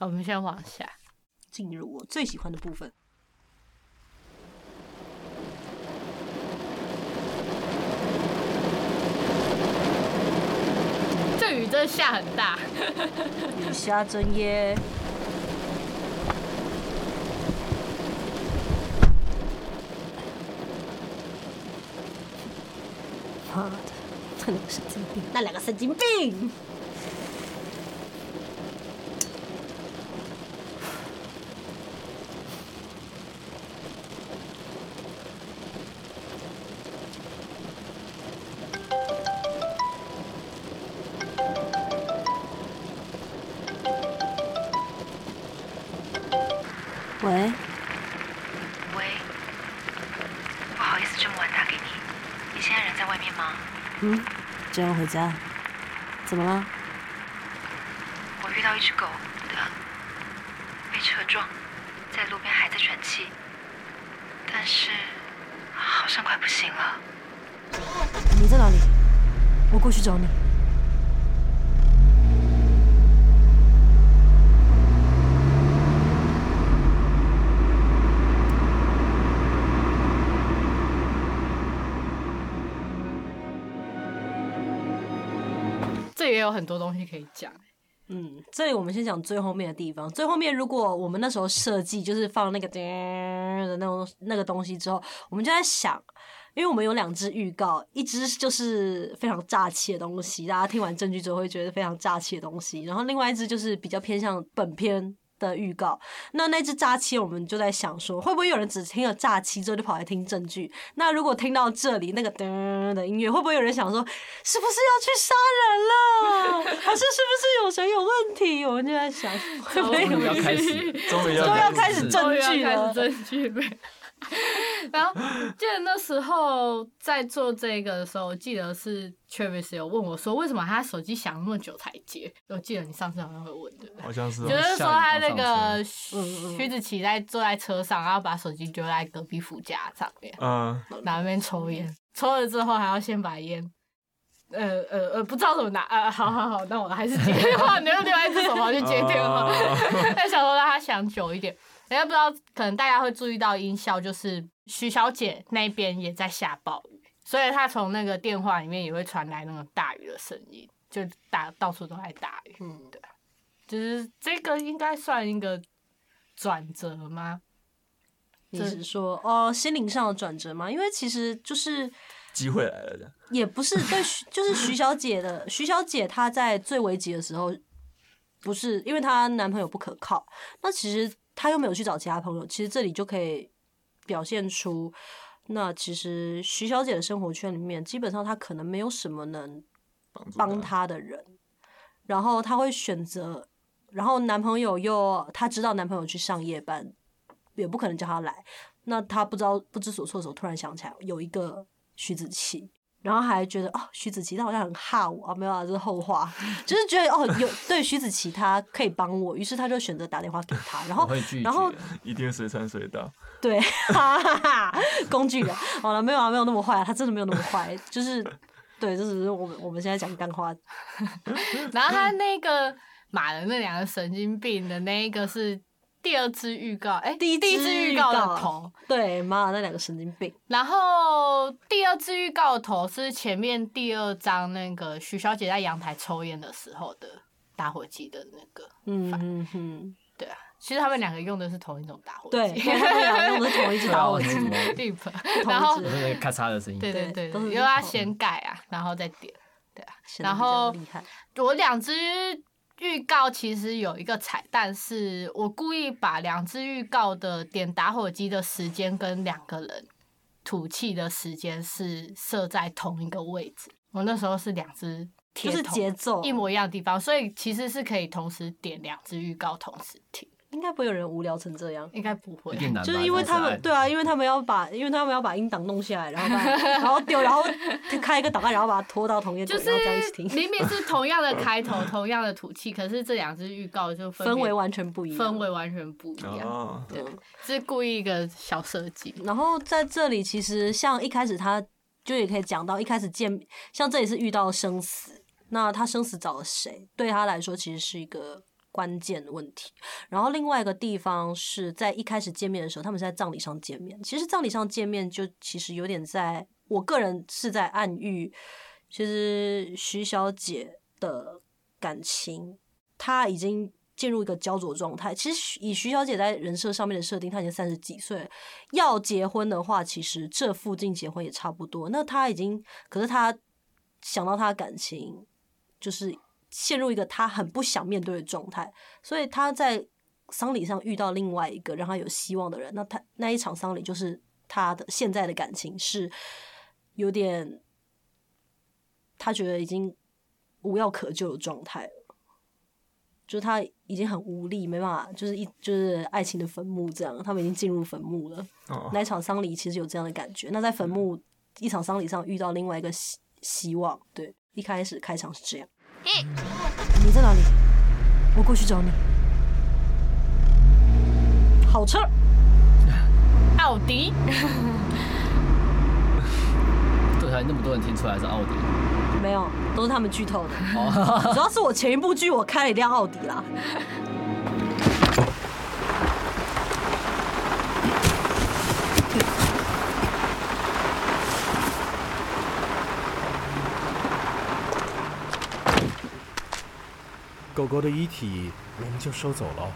B: 我们先往下，
A: 进入我最喜欢的部分。
B: 这雨真的下很大，
A: 雨下真 耶。妈的，那两个神经病，那两个神经病！
E: 喂，
J: 喂，不好意思，这么晚打给你，你现在人在外面吗？
E: 嗯，这样回家，怎么了？
J: 我遇到一只狗，它被车撞，在路边还在喘气，但是好像快不行了。
E: 你在哪里？我过去找你。
B: 这也有很多东西可以讲。
A: 嗯，这里我们先讲最后面的地方。最后面，如果我们那时候设计就是放那个 叮的那种那个东西之后，我们就在想，因为我们有两支预告，一支就是非常炸气的东西，大家听完证据之后会觉得非常炸气的东西，然后另外一支就是比较偏向本片。的预告，那那支炸气，我们就在想说，会不会有人只听了炸气之后就跑来听证据？那如果听到这里那个噔的音乐，会不会有人想说，是不是要去杀人了？好像是不是有谁有问题？我们就在想，会不会
C: 终于
A: 有
C: 要开始，
D: 终于
A: 都要
D: 要
A: 开始证
B: 终于要
A: 据
B: 开
A: 了
B: 始？证据呗。 然后记得那时候在做这个的时候，我记得是 Travis 有问我说，为什么他手机响那么久才接？我记得你上次好像有问对不对？
D: 好像是哦
B: 就
C: 得
B: 是说他那个
A: 嗯嗯
B: 徐子淇在坐在车上，然后把手机丢在隔壁副驾上面，
D: 嗯，
B: 然后那边抽 烟，抽了之后还要先把烟。呃呃呃，不知道怎么拿，呃，好好好，那我还是接电话，你用另外一只手我要去接电话。
D: 啊
B: 但想说让他想久一点。人家不知道，可能大家会注意到音效，就是徐小姐那边也在下暴雨，所以她从那个电话里面也会传来那种大雨的声音，就打到处都在打雨。嗯，对，就是这个应该算一个转折吗？
A: 你是说哦，心灵上的转折吗？因为其实就是
D: 机会来了，这样
A: 也不是对徐，就是徐小姐的徐小姐她在最危急的时候不是因为她男朋友不可靠，那其实她又没有去找其他朋友，其实这里就可以表现出，那其实徐小姐的生活圈里面，基本上她可能没有什么能帮她的人，然后她会选择，然后男朋友又她知道男朋友去上夜班，也不可能叫她来，那她不知道不知所措的时候，突然想起来有一个徐子淇。然后还觉得哦，徐子淇她好像很哈我啊，没有啊，这是后话， 就是觉得哦，有对徐子淇她可以帮我，于是她就选择打电话给她，然后然后
D: 一定随传随到。
A: 对， 哈哈哈，工具人，好了，没有啊，没有那么坏啊，他真的没有那么坏，就是对，这只是我们我们现在讲干话，
B: 然后他那个马的那两个神经病的那一个是第二支预告，哎、第一第一支预告的头，
A: 对，妈啊的那两个神经病，
B: 然后第二支预告的头是前面第二张那个徐小姐在阳台抽烟的时候的打火机的那个，
A: 嗯嗯嗯，
B: 对啊，其实他们两个用的是同一种打火机，
A: 对，他们俩用的是同一只打火机，
B: 绿盆
A: 同一，
B: 然后
A: 只
C: 都是那个咔嚓的声音。
B: 对对
A: 对
B: 对，
A: 都是
B: 因为
A: 绿
B: 他
A: 头
B: 先盖啊，然后再点，对啊，
A: 显得
B: 然
A: 比较
B: 后
A: 厉害，
B: 我两只预告其实有一个彩蛋，是我故意把两只预告的点打火机的时间跟两个人吐气的时间是设在同一个位置。我那时候是两只
A: 就
B: 铁
A: 是
B: 桶
A: 节奏
B: 一模一样的地方，所以其实是可以同时点两只预告同时听，
A: 应该不会有人无聊成这样。
B: 应该不会
C: 一。定难吧，
A: 就是因为他
C: 这
A: 们
C: 是
A: 对啊，因为他们要把，因为他们要把音档弄下来，然后把 它然后丢，然后开一个档案，然后把它拖到同一个，
B: 就
A: 然
B: 是
A: 后这样一起听，
B: 明明是同样的开头， 同样的吐气，可是这两只预告就分
A: 氛
B: 别
A: 围完全不一样。
B: 氛围完全不一样。
D: 哦，
B: 对，是故意一个小设计。
A: 然后在这里，其实像一开始他就也可以讲到，一开始见，像这里是遇到生死，那他生死找了谁，对他来说其实是一个关键的问题。然后另外一个地方是在一开始见面的时候，他们是在葬礼上见面。其实葬礼上见面就其实有点在，我个人是在暗喻，其实徐小姐的感情，她已经。进入一个焦灼状态。其实以徐小姐在人设上面的设定，她已经三十几岁了，要结婚的话，其实这附近结婚也差不多。那他已经，可是他想到他的感情，就是陷入一个他很不想面对的状态，所以他在丧礼上遇到另外一个让他有希望的人。那他那一场丧礼就是他的现在的感情是有点，他觉得已经无药可救的状态了。就是他已经很无力，没办法，就是一就是爱情的坟墓这样，他们已经进入坟墓了。
D: 哦
A: 那一场丧礼其实有这样的感觉。那在坟墓一场丧礼上遇到另外一个希希望，对，一开始开场是这样。你在哪里？我过去找你。好车，
B: 奥迪，
C: 对才那么多人听出来是奥迪，
A: 没有，都是他们剧透的。 主要是我前一部剧我开了一辆奥迪啦。
K: 狗狗的遗体我们就收走了。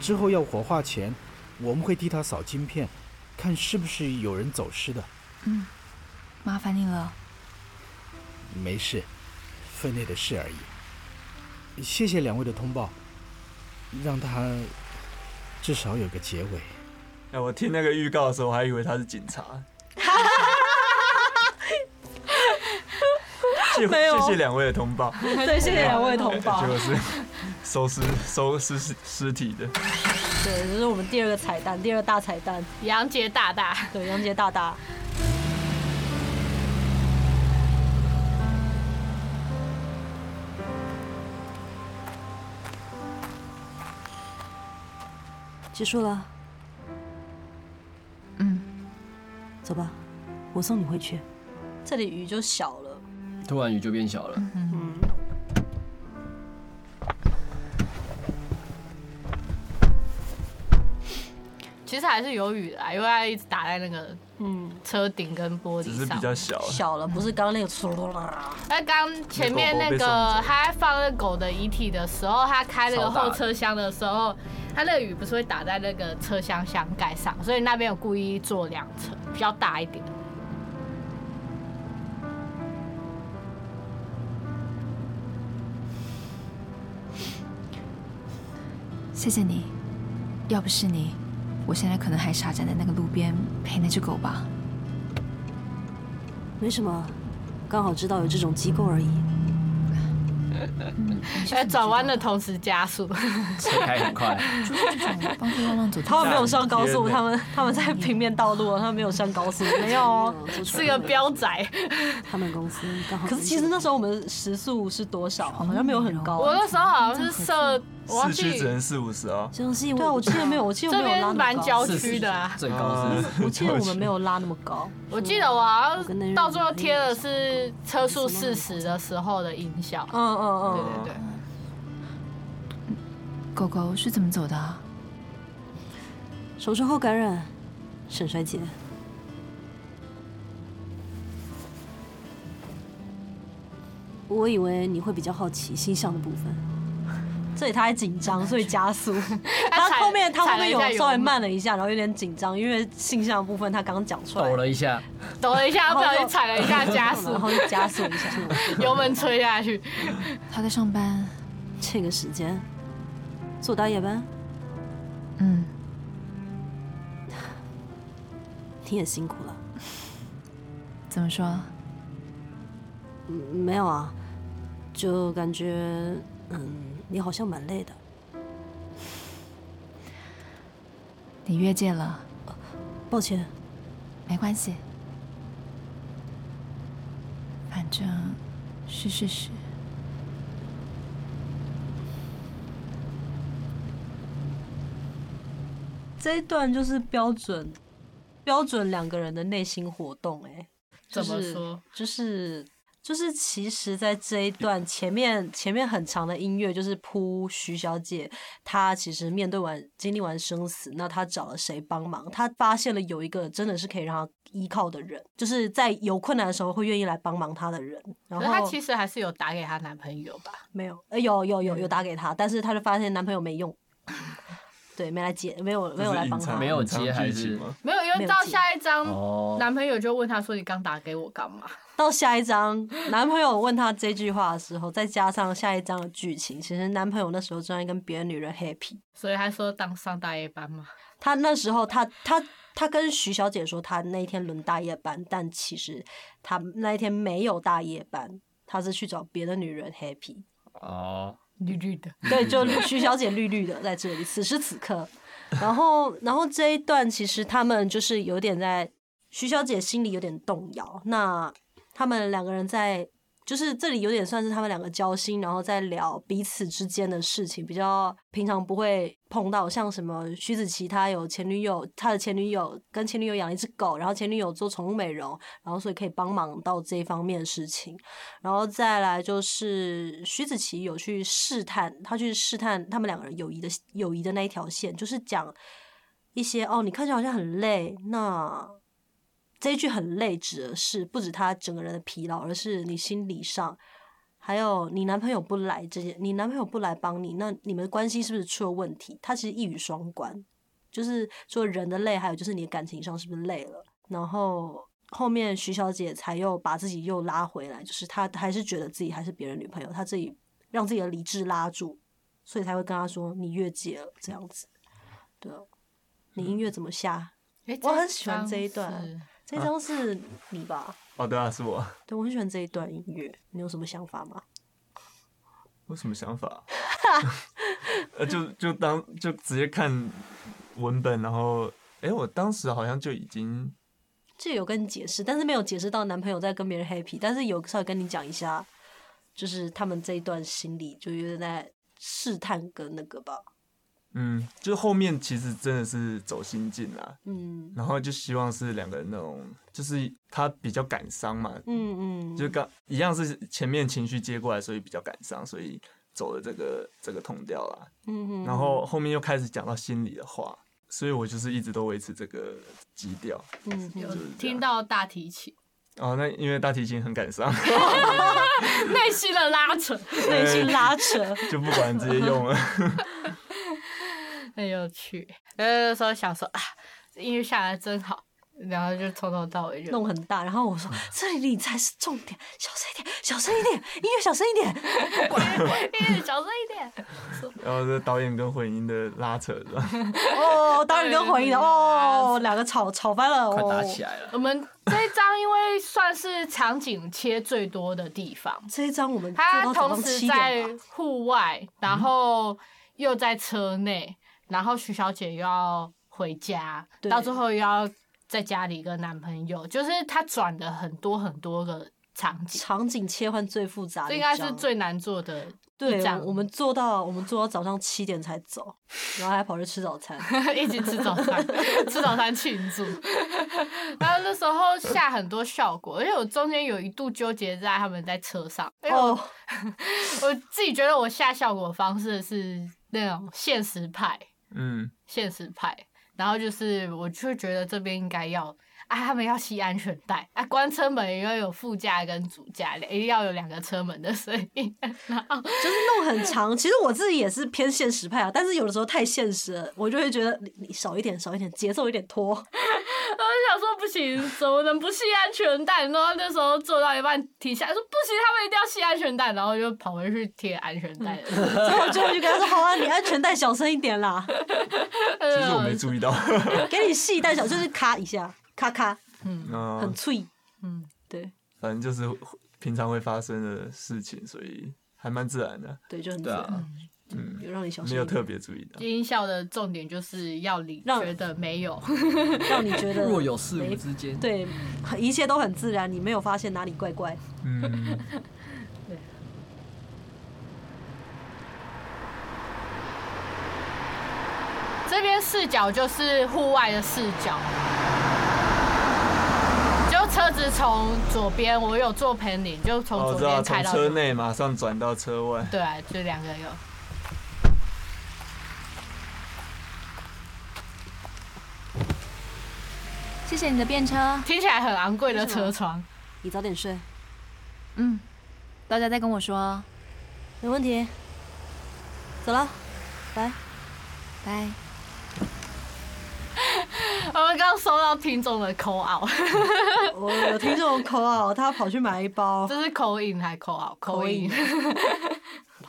K: 之后要火化前，我们会替它扫金片，看是不是有人走失的。
F: 嗯，麻烦你了。
K: 没事，分内的事而已。谢谢两位的通报，让它至少有个结尾。
D: 哎，我听那个预告的时候，我还以为他是警 察。谢
A: 没有
D: 谢谢两位的通报，哎
A: 对，谢谢两位同胞
D: 结。果是收尸收尸尸体的。
A: 对，这是我们第二个彩蛋，第二大彩蛋。
B: 杨杰大大，
A: 对，杨杰大大。
E: 结束了，
F: 嗯，
E: 走吧，我送你回去。
A: 这里雨就小了，
C: 突然雨就变小了。
B: 其实还是有雨啦，因为它一直打在那个
A: 嗯，
B: 车顶跟玻
D: 只
B: 璃
D: 是比
B: 上。
D: 较小，
A: 小了，不是刚刚那个唰啦。
B: 那刚前面那
D: 狗狗被送
B: 个
D: 走
B: 他在放那狗的遗体的时候，他开那个
C: 超大
B: 后
C: 的
B: 车厢的时候，他那个雨不是会打在那个车厢箱盖上，所以那边有故意做两层，比较大一点。
F: 谢谢你，要不是你，我现在可能还傻站在那个路边陪那只狗吧。
E: 没什么，刚好知道有这种机构而已。
A: 哎
B: 在哎转弯的同时加速，
C: 车开 很快。
F: 帮助浪浪走。
A: 他们没有上高速，
C: 天哪
A: 他们他们在平面道路啊，他们没有上 高速，没有哦，
B: 是个 标仔。
A: 他们公司刚好。可是其实那时候我们时速是多少？好像没有很
F: 哦
A: 高啊。
B: 我那时候好像是设，我忘
D: 啊市区只
B: 记
D: 能四五十啊。
A: 就是对啊，我记得没有，我记得
B: 这
A: 没有拉那
B: 边
A: 么
B: 蛮
A: 高
B: 郊区的啊。
C: 最高是
A: 我记得我们没有拉那么高。
B: 我记得我好像到最后贴的是车速四十的时候的音效。
A: 嗯嗯嗯，
B: 对对对。
F: 狗狗是怎么走的啊？
E: 手术后感染，肾衰竭。我以为你会比较好奇星象的部分，
A: 这里他还 紧张，所以加速。他后面他后面有稍微慢了一下，然后有点紧张，因为性向的部分他刚刚讲出来，
C: 抖了一下，
B: 抖了一下，不小心踩了一下 加速，
A: 然后就加速一 下，
B: 油门吹下去。
F: 他在上班，
E: 这个时间做大夜班，
F: 嗯，
E: 你也辛苦了。
F: 怎么说？
E: 嗯，没有啊，就感觉嗯，你好像蛮累的。
F: 你越界了，
E: 抱歉，
F: 没关系，反正是事实。
A: 这一段就是标准标准两个人的内心活动、哎，
B: 怎么
A: 就是
B: 说？
A: 就是就是，其实，在这一段前面前面很长的音乐，就是铺徐小姐，她其实面对完经历完生死，那她找了谁帮忙？她发现了有一个真的是可以让她依靠的人，就是在有困难的时候会愿意来帮忙她的人。然
B: 可
A: 后
B: 是她其实还是有打给她男朋友吧？
A: 没有，呃，有有有有打给她，但是她就发现男朋友没用，对，没来接，没有没有来帮她，
C: 没有接还是
B: 没有，因为到下一
C: 哦
A: 嗯
B: 张，男朋友就问她说：“你刚打给我干嘛
A: 到下一章，男朋友问她这句话的时候，再加上下一章的剧情，其实男朋友那时候正在跟别的女人 happy。？”
B: 所以她说当上大夜班嘛。
A: 他那时候他，他他跟徐小姐说，他那一天轮大夜班，但其实他那一天没有大夜班，他是去找别的女人 happy。
C: 哦，
B: 绿绿的，
A: 对，就徐小姐绿绿的在这里，此时此刻。然后，然后这一段其实他们就是有点在徐小姐心里有点动摇。那他们两个人在就是这里有点算是他们两个交心，然后在聊彼此之间的事情，比较平常不会碰到，像什么徐子淇她有前女友，她的前女友跟前女友养一只狗，然后前女友做宠物美容，然后所以可以帮忙到这一方面的事情。然后再来就是徐子淇有去试探，她去试探他们两个人友谊的友谊的那一条线，就是讲一些哦，你看起来好像很累，那这一句很累指的是不止他整个人的疲劳，而是你心理上，还有你男朋友不来这件，你男朋友不来帮你，那你们的关系是不是出了问题？他其实一语双关，就是说人的累，还有就是你的感情上是不是累了？然后后面徐小姐才又把自己又拉回来，就是她还是觉得自己还是别人女朋友，她自己让自己的理智拉住，所以才会跟她说你越界了这样子。对啊，你音乐怎么下？
B: 诶
A: 我很喜欢这一
B: 张
A: 段
B: 是，
A: 这张是你吧？
D: 哦，对啊，是我。
A: 对我很喜欢这一段音乐，你有什么想法吗？
D: 我有什么 想法？啊呃，就就当就直接看文本，然后，哎、我当时好像就已经
A: 这有跟你解释，但是没有解释到男朋友在跟别人 happy，但是有稍微跟你讲一下，就是他们这一段心里就有点在试探跟那个吧，
D: 嗯，就后面其实真的是走心境啊啦，
A: 嗯
D: 然后就希望是两个人那种，就是他比较感伤嘛，
A: 嗯嗯，
D: 就刚一样是前面情绪接过来，所以比较感伤，所以走了这个这个痛调啦，
A: 嗯嗯，
D: 然后后面又开始讲到心里的话，所以我就是一直都维持这个基调。
A: 嗯，
B: 有听到大提 琴，
D: 哦，那因为大提琴很感伤，
B: 内心的拉扯，
A: 内心拉扯，
D: 就不管直接用了。
B: 很有趣。呃，那时候想说啊，音乐下来真好，然后就从头到尾就
A: 弄很 大，然后我说
B: 嗯
A: 这里你才是重点， 小声一点，小声一点，音乐小声一点，
B: 音乐小声一点。说
D: 然后这导演跟混音的拉扯是吧？
A: 哦，导演跟回应
B: 哎
A: 的哦，两个吵吵翻了，
D: 快打
A: 哦
D: 起来了
B: 我们这一张因为算是场景切最多的地方，
A: 这一张我们
B: 它
A: 做到早
B: 同
A: 上
B: 时
A: 7
B: 在
A: 点吧嗯
B: 户外，然后又在车内，然后徐小姐又要回家，
A: 对
B: 到最后又要在家里跟男朋友，就是她转了很多很多个场景，
A: 场景切换最复杂
B: 这
A: 的一
B: 应
A: 张，
B: 该是最难做的一
A: 对
B: 张，，
A: 我我们做到我们做到早上七点才走，然后还跑去吃早餐，
B: 一直吃早餐，吃早餐庆祝。然后那时候下很多效果，而且我中间有一度纠结在他们在车上，因为我、
A: 哦
B: 我自己觉得我下效果的方式是那种现实派，
D: 嗯，
B: 现实派。然后就是我就觉得这边应该要啊，他们要系安全带啊，关车门也要有副驾跟主驾，一定要有两个车门的声音。然后
A: 就是弄很长。其实我自己也是偏现实派啊，但是有的时候太现实了，我就会觉得你你少一点，少一点，节奏有点拖。
B: 我就想说不行，怎么能不系安全带？然后那时候做到一半停下来说不行，他们一定要系安全带，然后就跑回去贴安全带了。
D: 嗯
A: 所以我 最后就跟他说：“好啊，你安全带小声一点 啦，
D: 其实
B: 呃
D: 我没注意到，
A: 给你系带小，就是咔一下，咔咔，嗯，很
D: 嗯，
A: 脆，嗯，对
D: 反正就是平常会发生的事情，所以还蛮自然的。
A: 对，就很自
D: 对啊
A: 然，，
D: 嗯，
A: 有让你小心
D: 没
A: 一
D: 有
A: 点
D: 特别注意到。
B: 音效的重点就是要你觉得没有，
A: 让你觉 得
C: 若有事无
A: 没
C: 之间，
A: 对，一切都很自然，你没有发现哪里怪怪。
D: 嗯，
B: 这边视角就是户外的视角，就车子从左边，我有做盆领，就从
D: 哦，我
B: 左
D: 知道，
B: 边
D: 从
B: 开到
D: 车
B: 右
D: 内马上转到车外。
B: 对，就两个有。
F: 谢谢你的便车，
B: 听起来很昂贵的车窗。
E: 你早点睡，
F: 嗯，到家再跟我说哦。
E: 没问题。走了，拜
F: 拜。
B: 我们刚收到听众的 call out，
A: 我有听众口啊，他跑去买一包，
B: 这是口音还口 out？口
A: 口
B: 音
A: 音。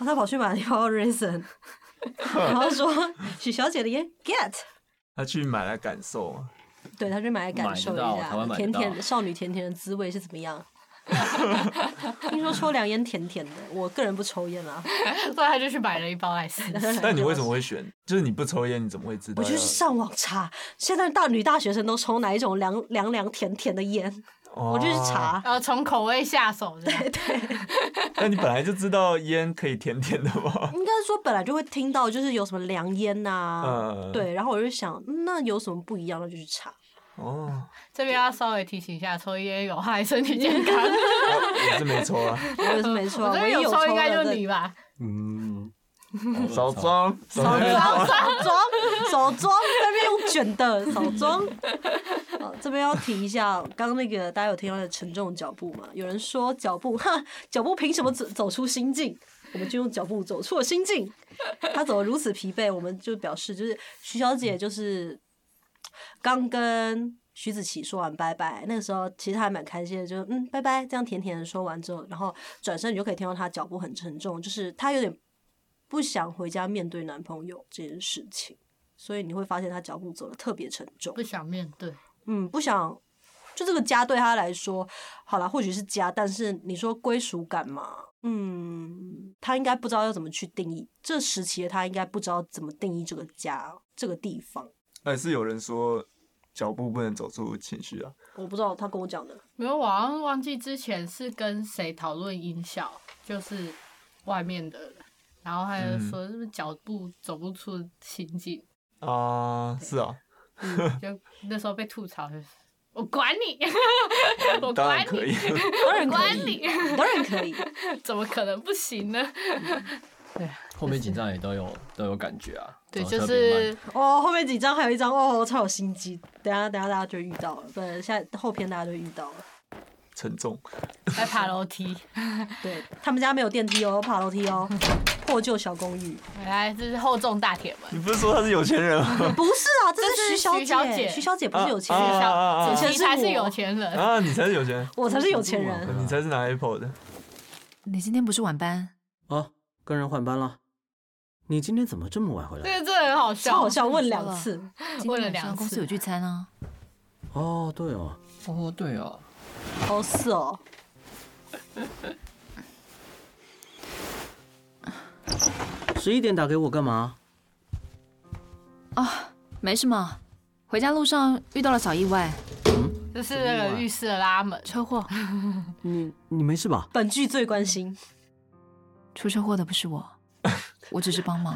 A: 他跑去买了一包 raisin，然后说许小姐的烟 get，
D: 他去买来感受嘛，
A: 对他去买来感受一
D: 买得到台湾
A: 下
D: 买得
A: 甜甜
D: 到。
A: 的少女甜甜的滋味是怎么样。听说抽凉烟甜甜的，我个人不抽烟啊啦。
B: 所以他就去买了一包来试
D: 但你为什么会选？就是你不抽烟，你怎么会知道
A: 我
D: 要？
A: 就是上网查，现在大女大学生都抽哪一种凉凉凉甜甜的烟，我就去
D: 哦
A: 查。
B: 呃，从口味下手的。对
A: 对。
D: 那你本来就知道烟可以甜甜的 吗？
A: 应该说本来就会听到，就是有什么凉烟呐
D: 嗯，
A: 对，然后我就想，嗯那有什么不一样，那就去查。
D: 哦，
B: 这边要稍微提醒一下，抽烟有害身体健康。
D: 我是没抽啊，
A: 我也是没错，
B: 我这
A: 唯
B: 边
A: 一
B: 有抽
A: 抽
B: 应该
A: 的
B: 就是你吧？
D: 嗯， 少
C: 哦
D: 装，少
A: 少装，少装，在那边用卷的少装。好，这边要提一下，刚刚那个大家有听到的沉重的脚步嘛？有人说脚步，哈，脚步凭什么走走出心境？我们就用脚步走出了心境。他走得如此疲惫，我们就表示就是徐小姐就是刚跟徐子淇说完拜拜，那个时候其实她还蛮开心的，就嗯拜拜这样甜甜的说完之后，然后转身你就可以听到她脚步很沉重，就是她有点不想回家面对男朋友这件事情，所以你会发现她脚步走的特别沉重，
B: 不想面对。
A: 嗯，不想。就这个家对她来说，好啦，或许是家，但是你说归属感嘛，嗯，她应该不知道要怎么去定义。这时期的她应该不知道怎么定义这个家、这个地方。
D: 还是有人说脚步不能走出情绪啊。
A: 我不知道她跟我讲的，
B: 没有，我好像忘记之前是跟谁讨论音效，就是外面的人，然后他就说是不是脚步走不出心 境，
D: 啊，是啊，
B: 嗯就那时候被吐槽就是。我管 你，我
D: 当
B: 管
D: 然
B: 你，
D: 可以
A: 当然可
B: 管
A: 以
B: 你，
A: 当然可以，
B: 怎么可能不行呢？
C: 后面紧张也都有都有感觉啊。
B: 对，
C: 走得
B: 就
C: 特别慢
B: 是
A: 哦，后面几张还有一张哦，超有心机。等一下等一下大家就遇到了，对，下后篇大家就遇到了。
D: 沉重。
B: 在爬楼梯。
A: 对他们家没有电梯哦，爬楼梯哦，破旧小公寓。
B: 原来哎这是厚重大铁门，
D: 你不是说他是有钱 人吗？
A: 不是啊，这
B: 这是
A: 是徐小
B: 徐小姐
A: 姐，徐小姐不是有钱
D: 啊
A: 人，
D: 啊啊啊啊
A: 有钱
B: 你才是
A: 是
B: 有
A: 我，
B: 钱人。
D: 啊，你才是有钱人，
A: 我才是有钱人。
D: 你才是拿 Apple 的。
H: 啊
F: 你今天不是晚班？
H: 哦，跟人换班了。你今天怎么这么晚回来？
B: 这个真的很好笑，
A: 超好笑问两次
B: 问了两次。
F: 公司有聚餐啊。
H: 哦，对哦，
C: 哦，对哦，
A: 哦是哦，
H: 十一点打给我干嘛？
F: 啊，没什么，回家路上遇到了小意外，
B: 就是那个浴室的拉门
F: 车祸。
H: 你你没事吧？
A: 本剧最关心。
F: 出车祸的不是我，我只是帮忙。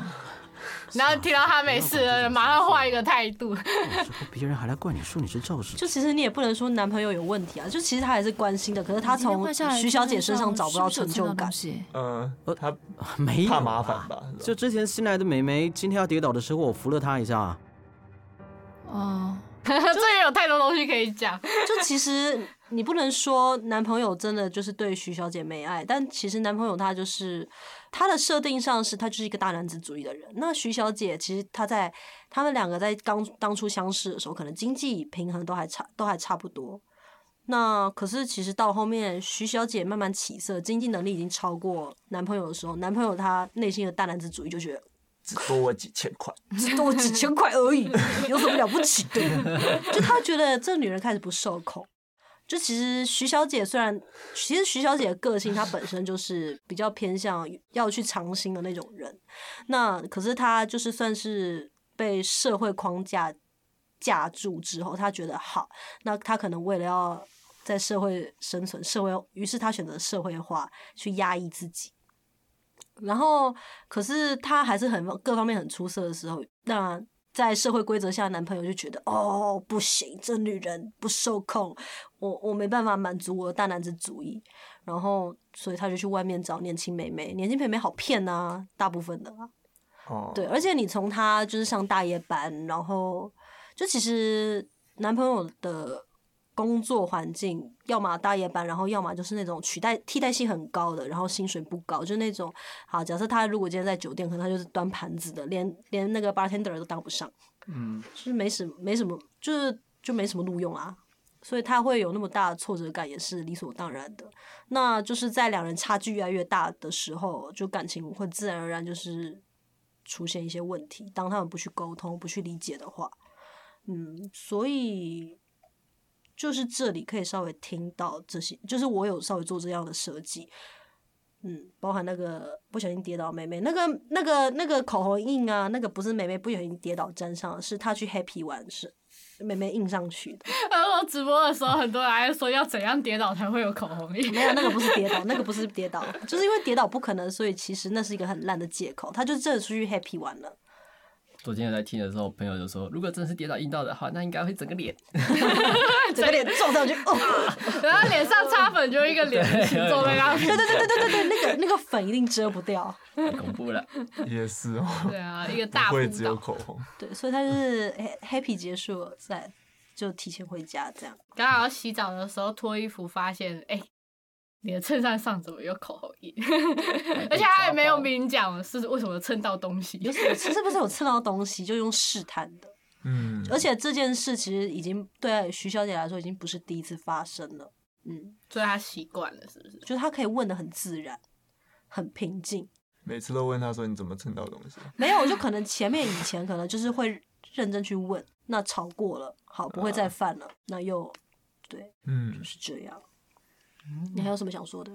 B: 然后听到他没事了，马上换一个态度。
H: 别人还来怪你说你是肇事，
A: 就其实你也不能说男朋友有问题啊，就其实他还是关心的，可是他
F: 你今天
A: 从
F: 换下来
A: 徐小姐身上找不到成就感。
D: 呃，他
H: 啊没有
D: 怕
H: 啦
D: 麻烦吧？
H: 就之前新来的美眉，今天要跌倒的时候，我扶了她一下。
F: 哦，
B: 这也有太多东西可以讲。
A: 就其实你不能说男朋友真的就是对徐小姐没爱，但其实男朋友他就是他的设定上是他就是一个大男子主义的人。那徐小姐其实她在他们两个在刚当初相识的时候，可能经济平衡都还差都还差不多。那可是其实到后面，徐小姐慢慢起色，经济能力已经超过男朋友的时候，男朋友他内心的大男子主义就觉得
D: 只多我几千块，
A: 只多几千块而已， 有什么了不起的？ 就他觉得这女人开始不受控。就其实徐小姐虽然，其实徐小姐的个性她本身就是比较偏向要去尝新的那种人，那可是她就是算是被社会框架架住之后，她觉得好，那她可能为了要在社会生存，社会，于是她选择社会化去压抑自己。然后，可是她还是很各方面很出色的时候，那在社会规则下，男朋友就觉得哦不行，这女人不受控，我我没办法满足我的大男子主义，然后所以他就去外面找年轻妹妹，年轻妹妹好骗啊，大部分的啊、
D: 哦，
A: 对，而且你从他就是上大夜班，然后就其实男朋友的工作环境，要么大夜班，然后要么就是那种取代替代性很高的，然后薪水不高，就是那种好，假设他如果今天在酒店，可能他就是端盘子的，连连那个 bartender 都当不上，
D: 嗯，
A: 就是没什么没什么，就是就没什么录用啦、所以他会有那么大的挫折感，也是理所当然的。那就是在两人差距越来越大的时候，就感情会自然而然就是出现一些问题。当他们不去沟通、不去理解的话，嗯，所以就是这里可以稍微听到这些，就是我有稍微做这样的设计。嗯，包含那个不小心跌倒妹妹，那个、那个、那个口红印啊，那个不是妹妹不小心跌倒沾上的，是她去 happy 玩是妹妹印上去的。
B: 然后直播的时候，很多人还说要怎样跌倒才会有口 红印。
A: 没有，那个不是跌倒，那个不是跌倒，就是因为跌倒不可能，所以其实那是一个很烂的借口。他就真的出去 happy 玩了，
C: 昨天在听的时候，朋友就说，如果真的是跌倒硬到的话，那应该会整个 脸。
A: 整个脸撞上去，哦，
B: 然后脸上擦粉就一个脸的形状在那
A: 对对对对对对对，那个那个粉一定遮不掉。
C: 太恐怖了。
D: 也 是哦，
B: 对啊，一个大
D: 不
B: 扑
D: 会只有
B: 倒。
D: 口 红。
A: 对，所以他就是 ha- happy 结束了，再就提前回家这样。
B: 刚好洗澡的时候脱衣服，发现哎、你的衬衫上怎么有口红印？
D: 哎
B: 而且他也没有明讲是为什么蹭到东西。
A: 有什么是不是有蹭到东西就用试探的？
D: 嗯，
A: 而且这件事其实已经对徐小姐来说已经不是第一次发生了，嗯，
B: 所以他习惯了，是不是？
A: 就是她可以问的很自然，很平静。
D: 每次都问他说你怎么蹭到东西，
A: 没有，就可能前面以前可能就是会认真去问，那吵过了，好不会再犯了，那又对，
D: 嗯
A: 就，是这样。你还有什么想说的？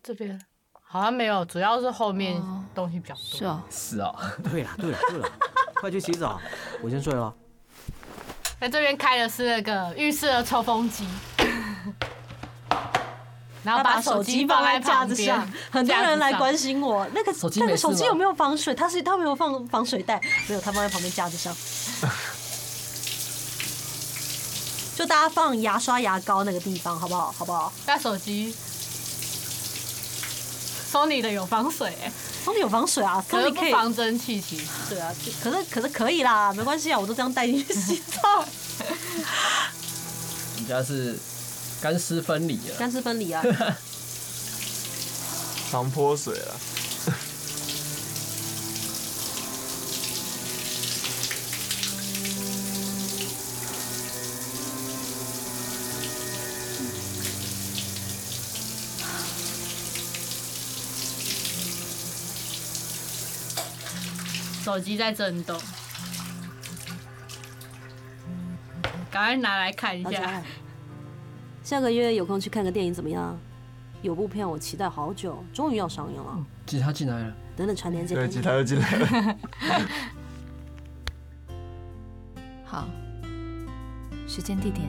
B: 这边好像没有，主要是后面东西比较多。
F: 是哦，
C: 是哦，
H: 对啦对啦对啦，快去洗澡，我先睡了。
B: 在哎这边开的是那个浴室的抽风 机，然后
A: 他把
B: 手
A: 手
B: 机
A: 机
B: 放
A: 放
B: 在
A: 在架
B: 旁
A: 子
B: 边
A: 上， 很 多人来关。心我。那个
C: 手机
A: 那
C: 没
A: 个
C: 事吧
A: 手机有没有防水？他是他没有放防水袋，没有，他放在旁边架子上。就大家放牙刷、牙膏那个地方，好不好？好不好？
B: 那手机，Sony 的有防水、欸，
A: 松底有防水啊，
B: 可
A: 松
B: 是
A: 底
B: 不
A: 可以。
B: 防蒸汽机。
A: 对啊，就可是可是可以啦，没关系啊，我都这样带进去洗澡。
C: 人家是干湿分离了。
A: 干湿分离啊，
D: 常泼水啊，
B: 手机在震动，赶快拿来看一
E: 大家
B: 下
E: 好。下个月有空去看个电影怎么样？有部片我期待好久，终于要上映了。
C: 吉他进来了，
E: 等等，传年姐，
D: 对，吉他又进来 了。
F: 好，时间地点。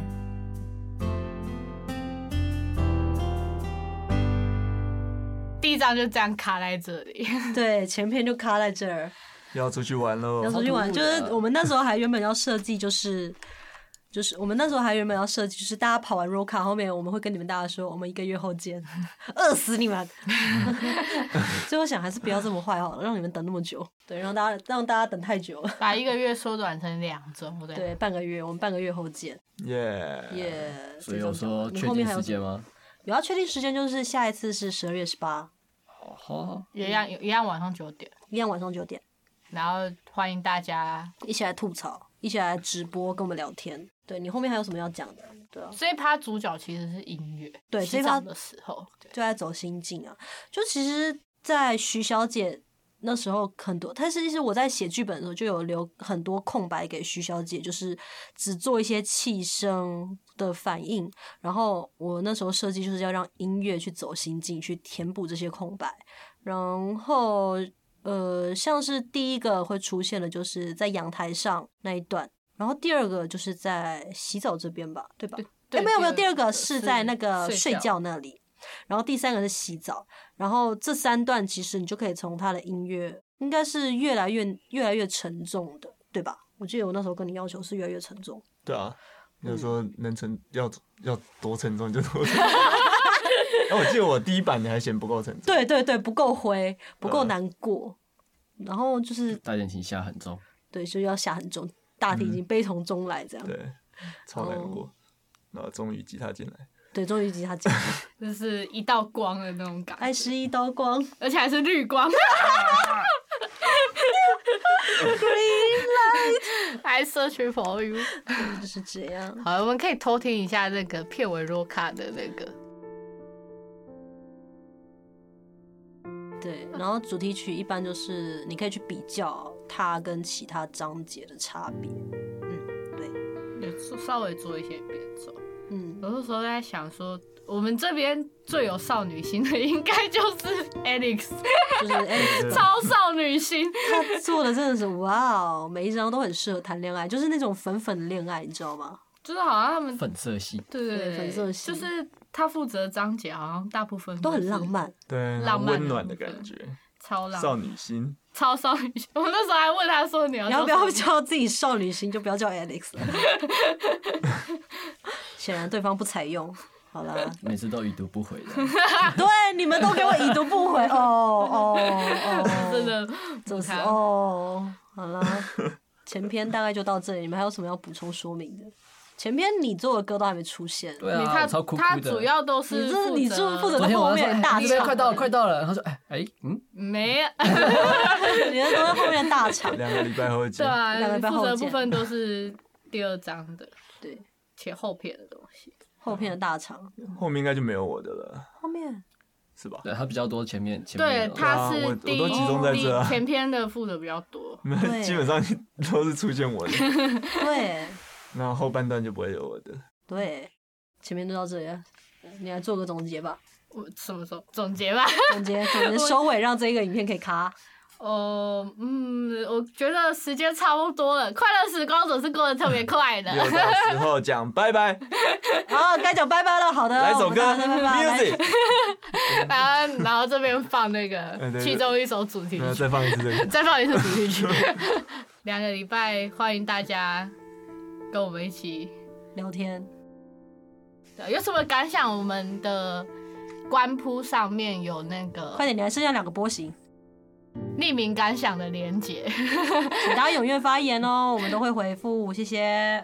B: 第一张就这样卡在这里，
A: 对，前片就卡在这儿，
D: 要出去玩
C: 哦
D: 喽！
A: 要出去玩。就是我们那 时候还原本要设计，就是就是我们那时候还原本要设计，就是大家跑完 Roca 后面，我们会跟你们大家说，我们一个月后见， 饿死你 们。所以我想还是不要这么坏好了，让你们等那么久，对，让大家让大家等太久了。
B: 把一个月缩短成两周，对
A: 对，半个月，我们半个月后见。
D: 耶
A: 耶、
C: 所以有说
A: 你
C: 确
A: 后面
C: 定
A: 还有
C: 时间吗？
A: 有要确定时间，就是下一次是十二月十八，
C: 哦，
B: 一样
A: 嗯
B: 一样晚上九点，
A: 一样晚上九点，
B: 然后欢迎大家。
A: 一起来吐槽，一起来直播跟我们聊天。对你后面还有什么要讲的？对啊，
B: 这一趴主角其实是音乐，
A: 对
B: 洗
A: 这一趴
B: 澡的时候，
A: 就在走心境啊。就其实，在徐小姐那时候很多，但是其实我在写剧本的时候就有留很多空白给徐小姐，就是只做一些气声的反应。然后我那时候设计就是要让音乐去走心境，去填补这些空白。然后呃，像是第一个会出现的就是在阳台上那一段。然后第二个就是在洗澡这边吧，对吧？
E: 对
A: 哎，没有没有，
E: 第
A: 第
E: 二
A: 二
E: 个
A: 个是
E: 是
A: 在那个
E: 睡
A: 睡
E: 觉
A: 觉那里，然后第三个是洗澡，然后这三段其实你就可以从他的音乐，应该是越来越越来越沉重的，对吧？我记得我那时候跟你要求是越来越沉重，
D: 对啊，有时候能沉要要多沉重就多沉 重。哎，我记得我第一版你还嫌不够沉重，
A: 对对对，不够灰，不够难过，然后就是
C: 大键琴下很重，
A: 对，就要下很重，大体已经悲从中来这样，
D: 对，超难过。然后终于吉他进来，
A: 对，终于吉他进来，
B: 就是一道光的那种感觉，
A: 爱是一道光，
B: 而且还是绿光。Green light, I search for you，
A: 就是这样。
B: 好，我们可以偷听一下那个片尾 Roca 的那个，
A: 对，然后主题曲一般就是你可以去比较它跟其他章节的差别。
B: 也稍微做一些变奏。
A: 嗯，
B: 有的时候在想说，我们这边最有少女心的应该就是 Alex，
A: 就是 Alex
B: 超少女心。
A: 他做的真的是哇哦，每一张都很适合谈恋爱，就是那种粉粉的恋爱，你知道吗？
B: 就是好像他们
C: 粉色系，
B: 对对对，
A: 粉色系
B: 就是他负责的章节，好像大部分都很浪
A: 漫，
D: 对，
B: 浪漫
D: 温暖的感觉，
B: 超浪漫
D: 少女心。
B: 超少女心。 我那时候还问他说，你要
A: 你要不
B: 叫
A: 要
B: 什么
A: 叫自己少女心，就不要叫 Alex 了。 显然对方不采用。好啦，
C: 每次都已读不 回的。
A: 对，你们都给我已读不回哦哦哦，
B: 真的，
A: 真是哦。好啦，前篇大概就到这里，你们还有什么要补充说明的？前篇你做的歌都还没出现，
C: 对啊，我超哭哭的。
B: 他主要都是
A: 你这你是负责
C: 昨天
A: 后
C: 我还
A: 面
C: 说
A: 大
C: 哎你这边
A: 场
C: 快到了，快到了。他说哎哎嗯，
B: 没？
A: 你的都在后面大场。
D: 两个礼拜后
B: 对。
D: 见
B: 啊，
A: 两个礼拜
B: 负
A: 后
B: 责部
A: 见
B: 分都是第二章的，
A: 对，
B: 且后篇的东西。
A: 后片的大场，
D: 后面应该就没有我的了，
A: 后面
D: 是吧？
C: 对他比较多前面前面
B: 对，
C: 的
B: 他
D: 对啊
B: 是
D: 我
B: 第
D: 我都集中在
B: 第
D: 这啊
B: 前篇的负责比较多。
D: 你们 基本上都是出现我的，
A: 对
D: 那后半段就不会有我的。
A: 对，前面就到这里了，你来做个总结吧。
B: 我什么时候总结吧？
A: 总结总结收尾，让这个影片可以卡。
B: 哦，嗯，我觉得时间差不多了，快乐时光总是过得特别快 的。
D: 有的时候讲 拜拜，
A: 好，该讲拜拜了。好的，
D: 来首歌
A: 我们大家拜拜来
D: ，music，
B: 然后，然后这边放那
D: 嗯
B: 个
D: 对
B: 其中一首主题
D: 没有
B: 曲，
D: 再放一次这个，
B: 再放一首主题 曲。两个礼拜，欢迎大家跟我们一起
A: 聊天。
B: 对有什么感想？我们的官铺上面有那个
A: 快点，你还剩下两个波形，
B: 匿名感想的连接。
A: 请大家踊跃发言哦，我们都会回复，谢谢。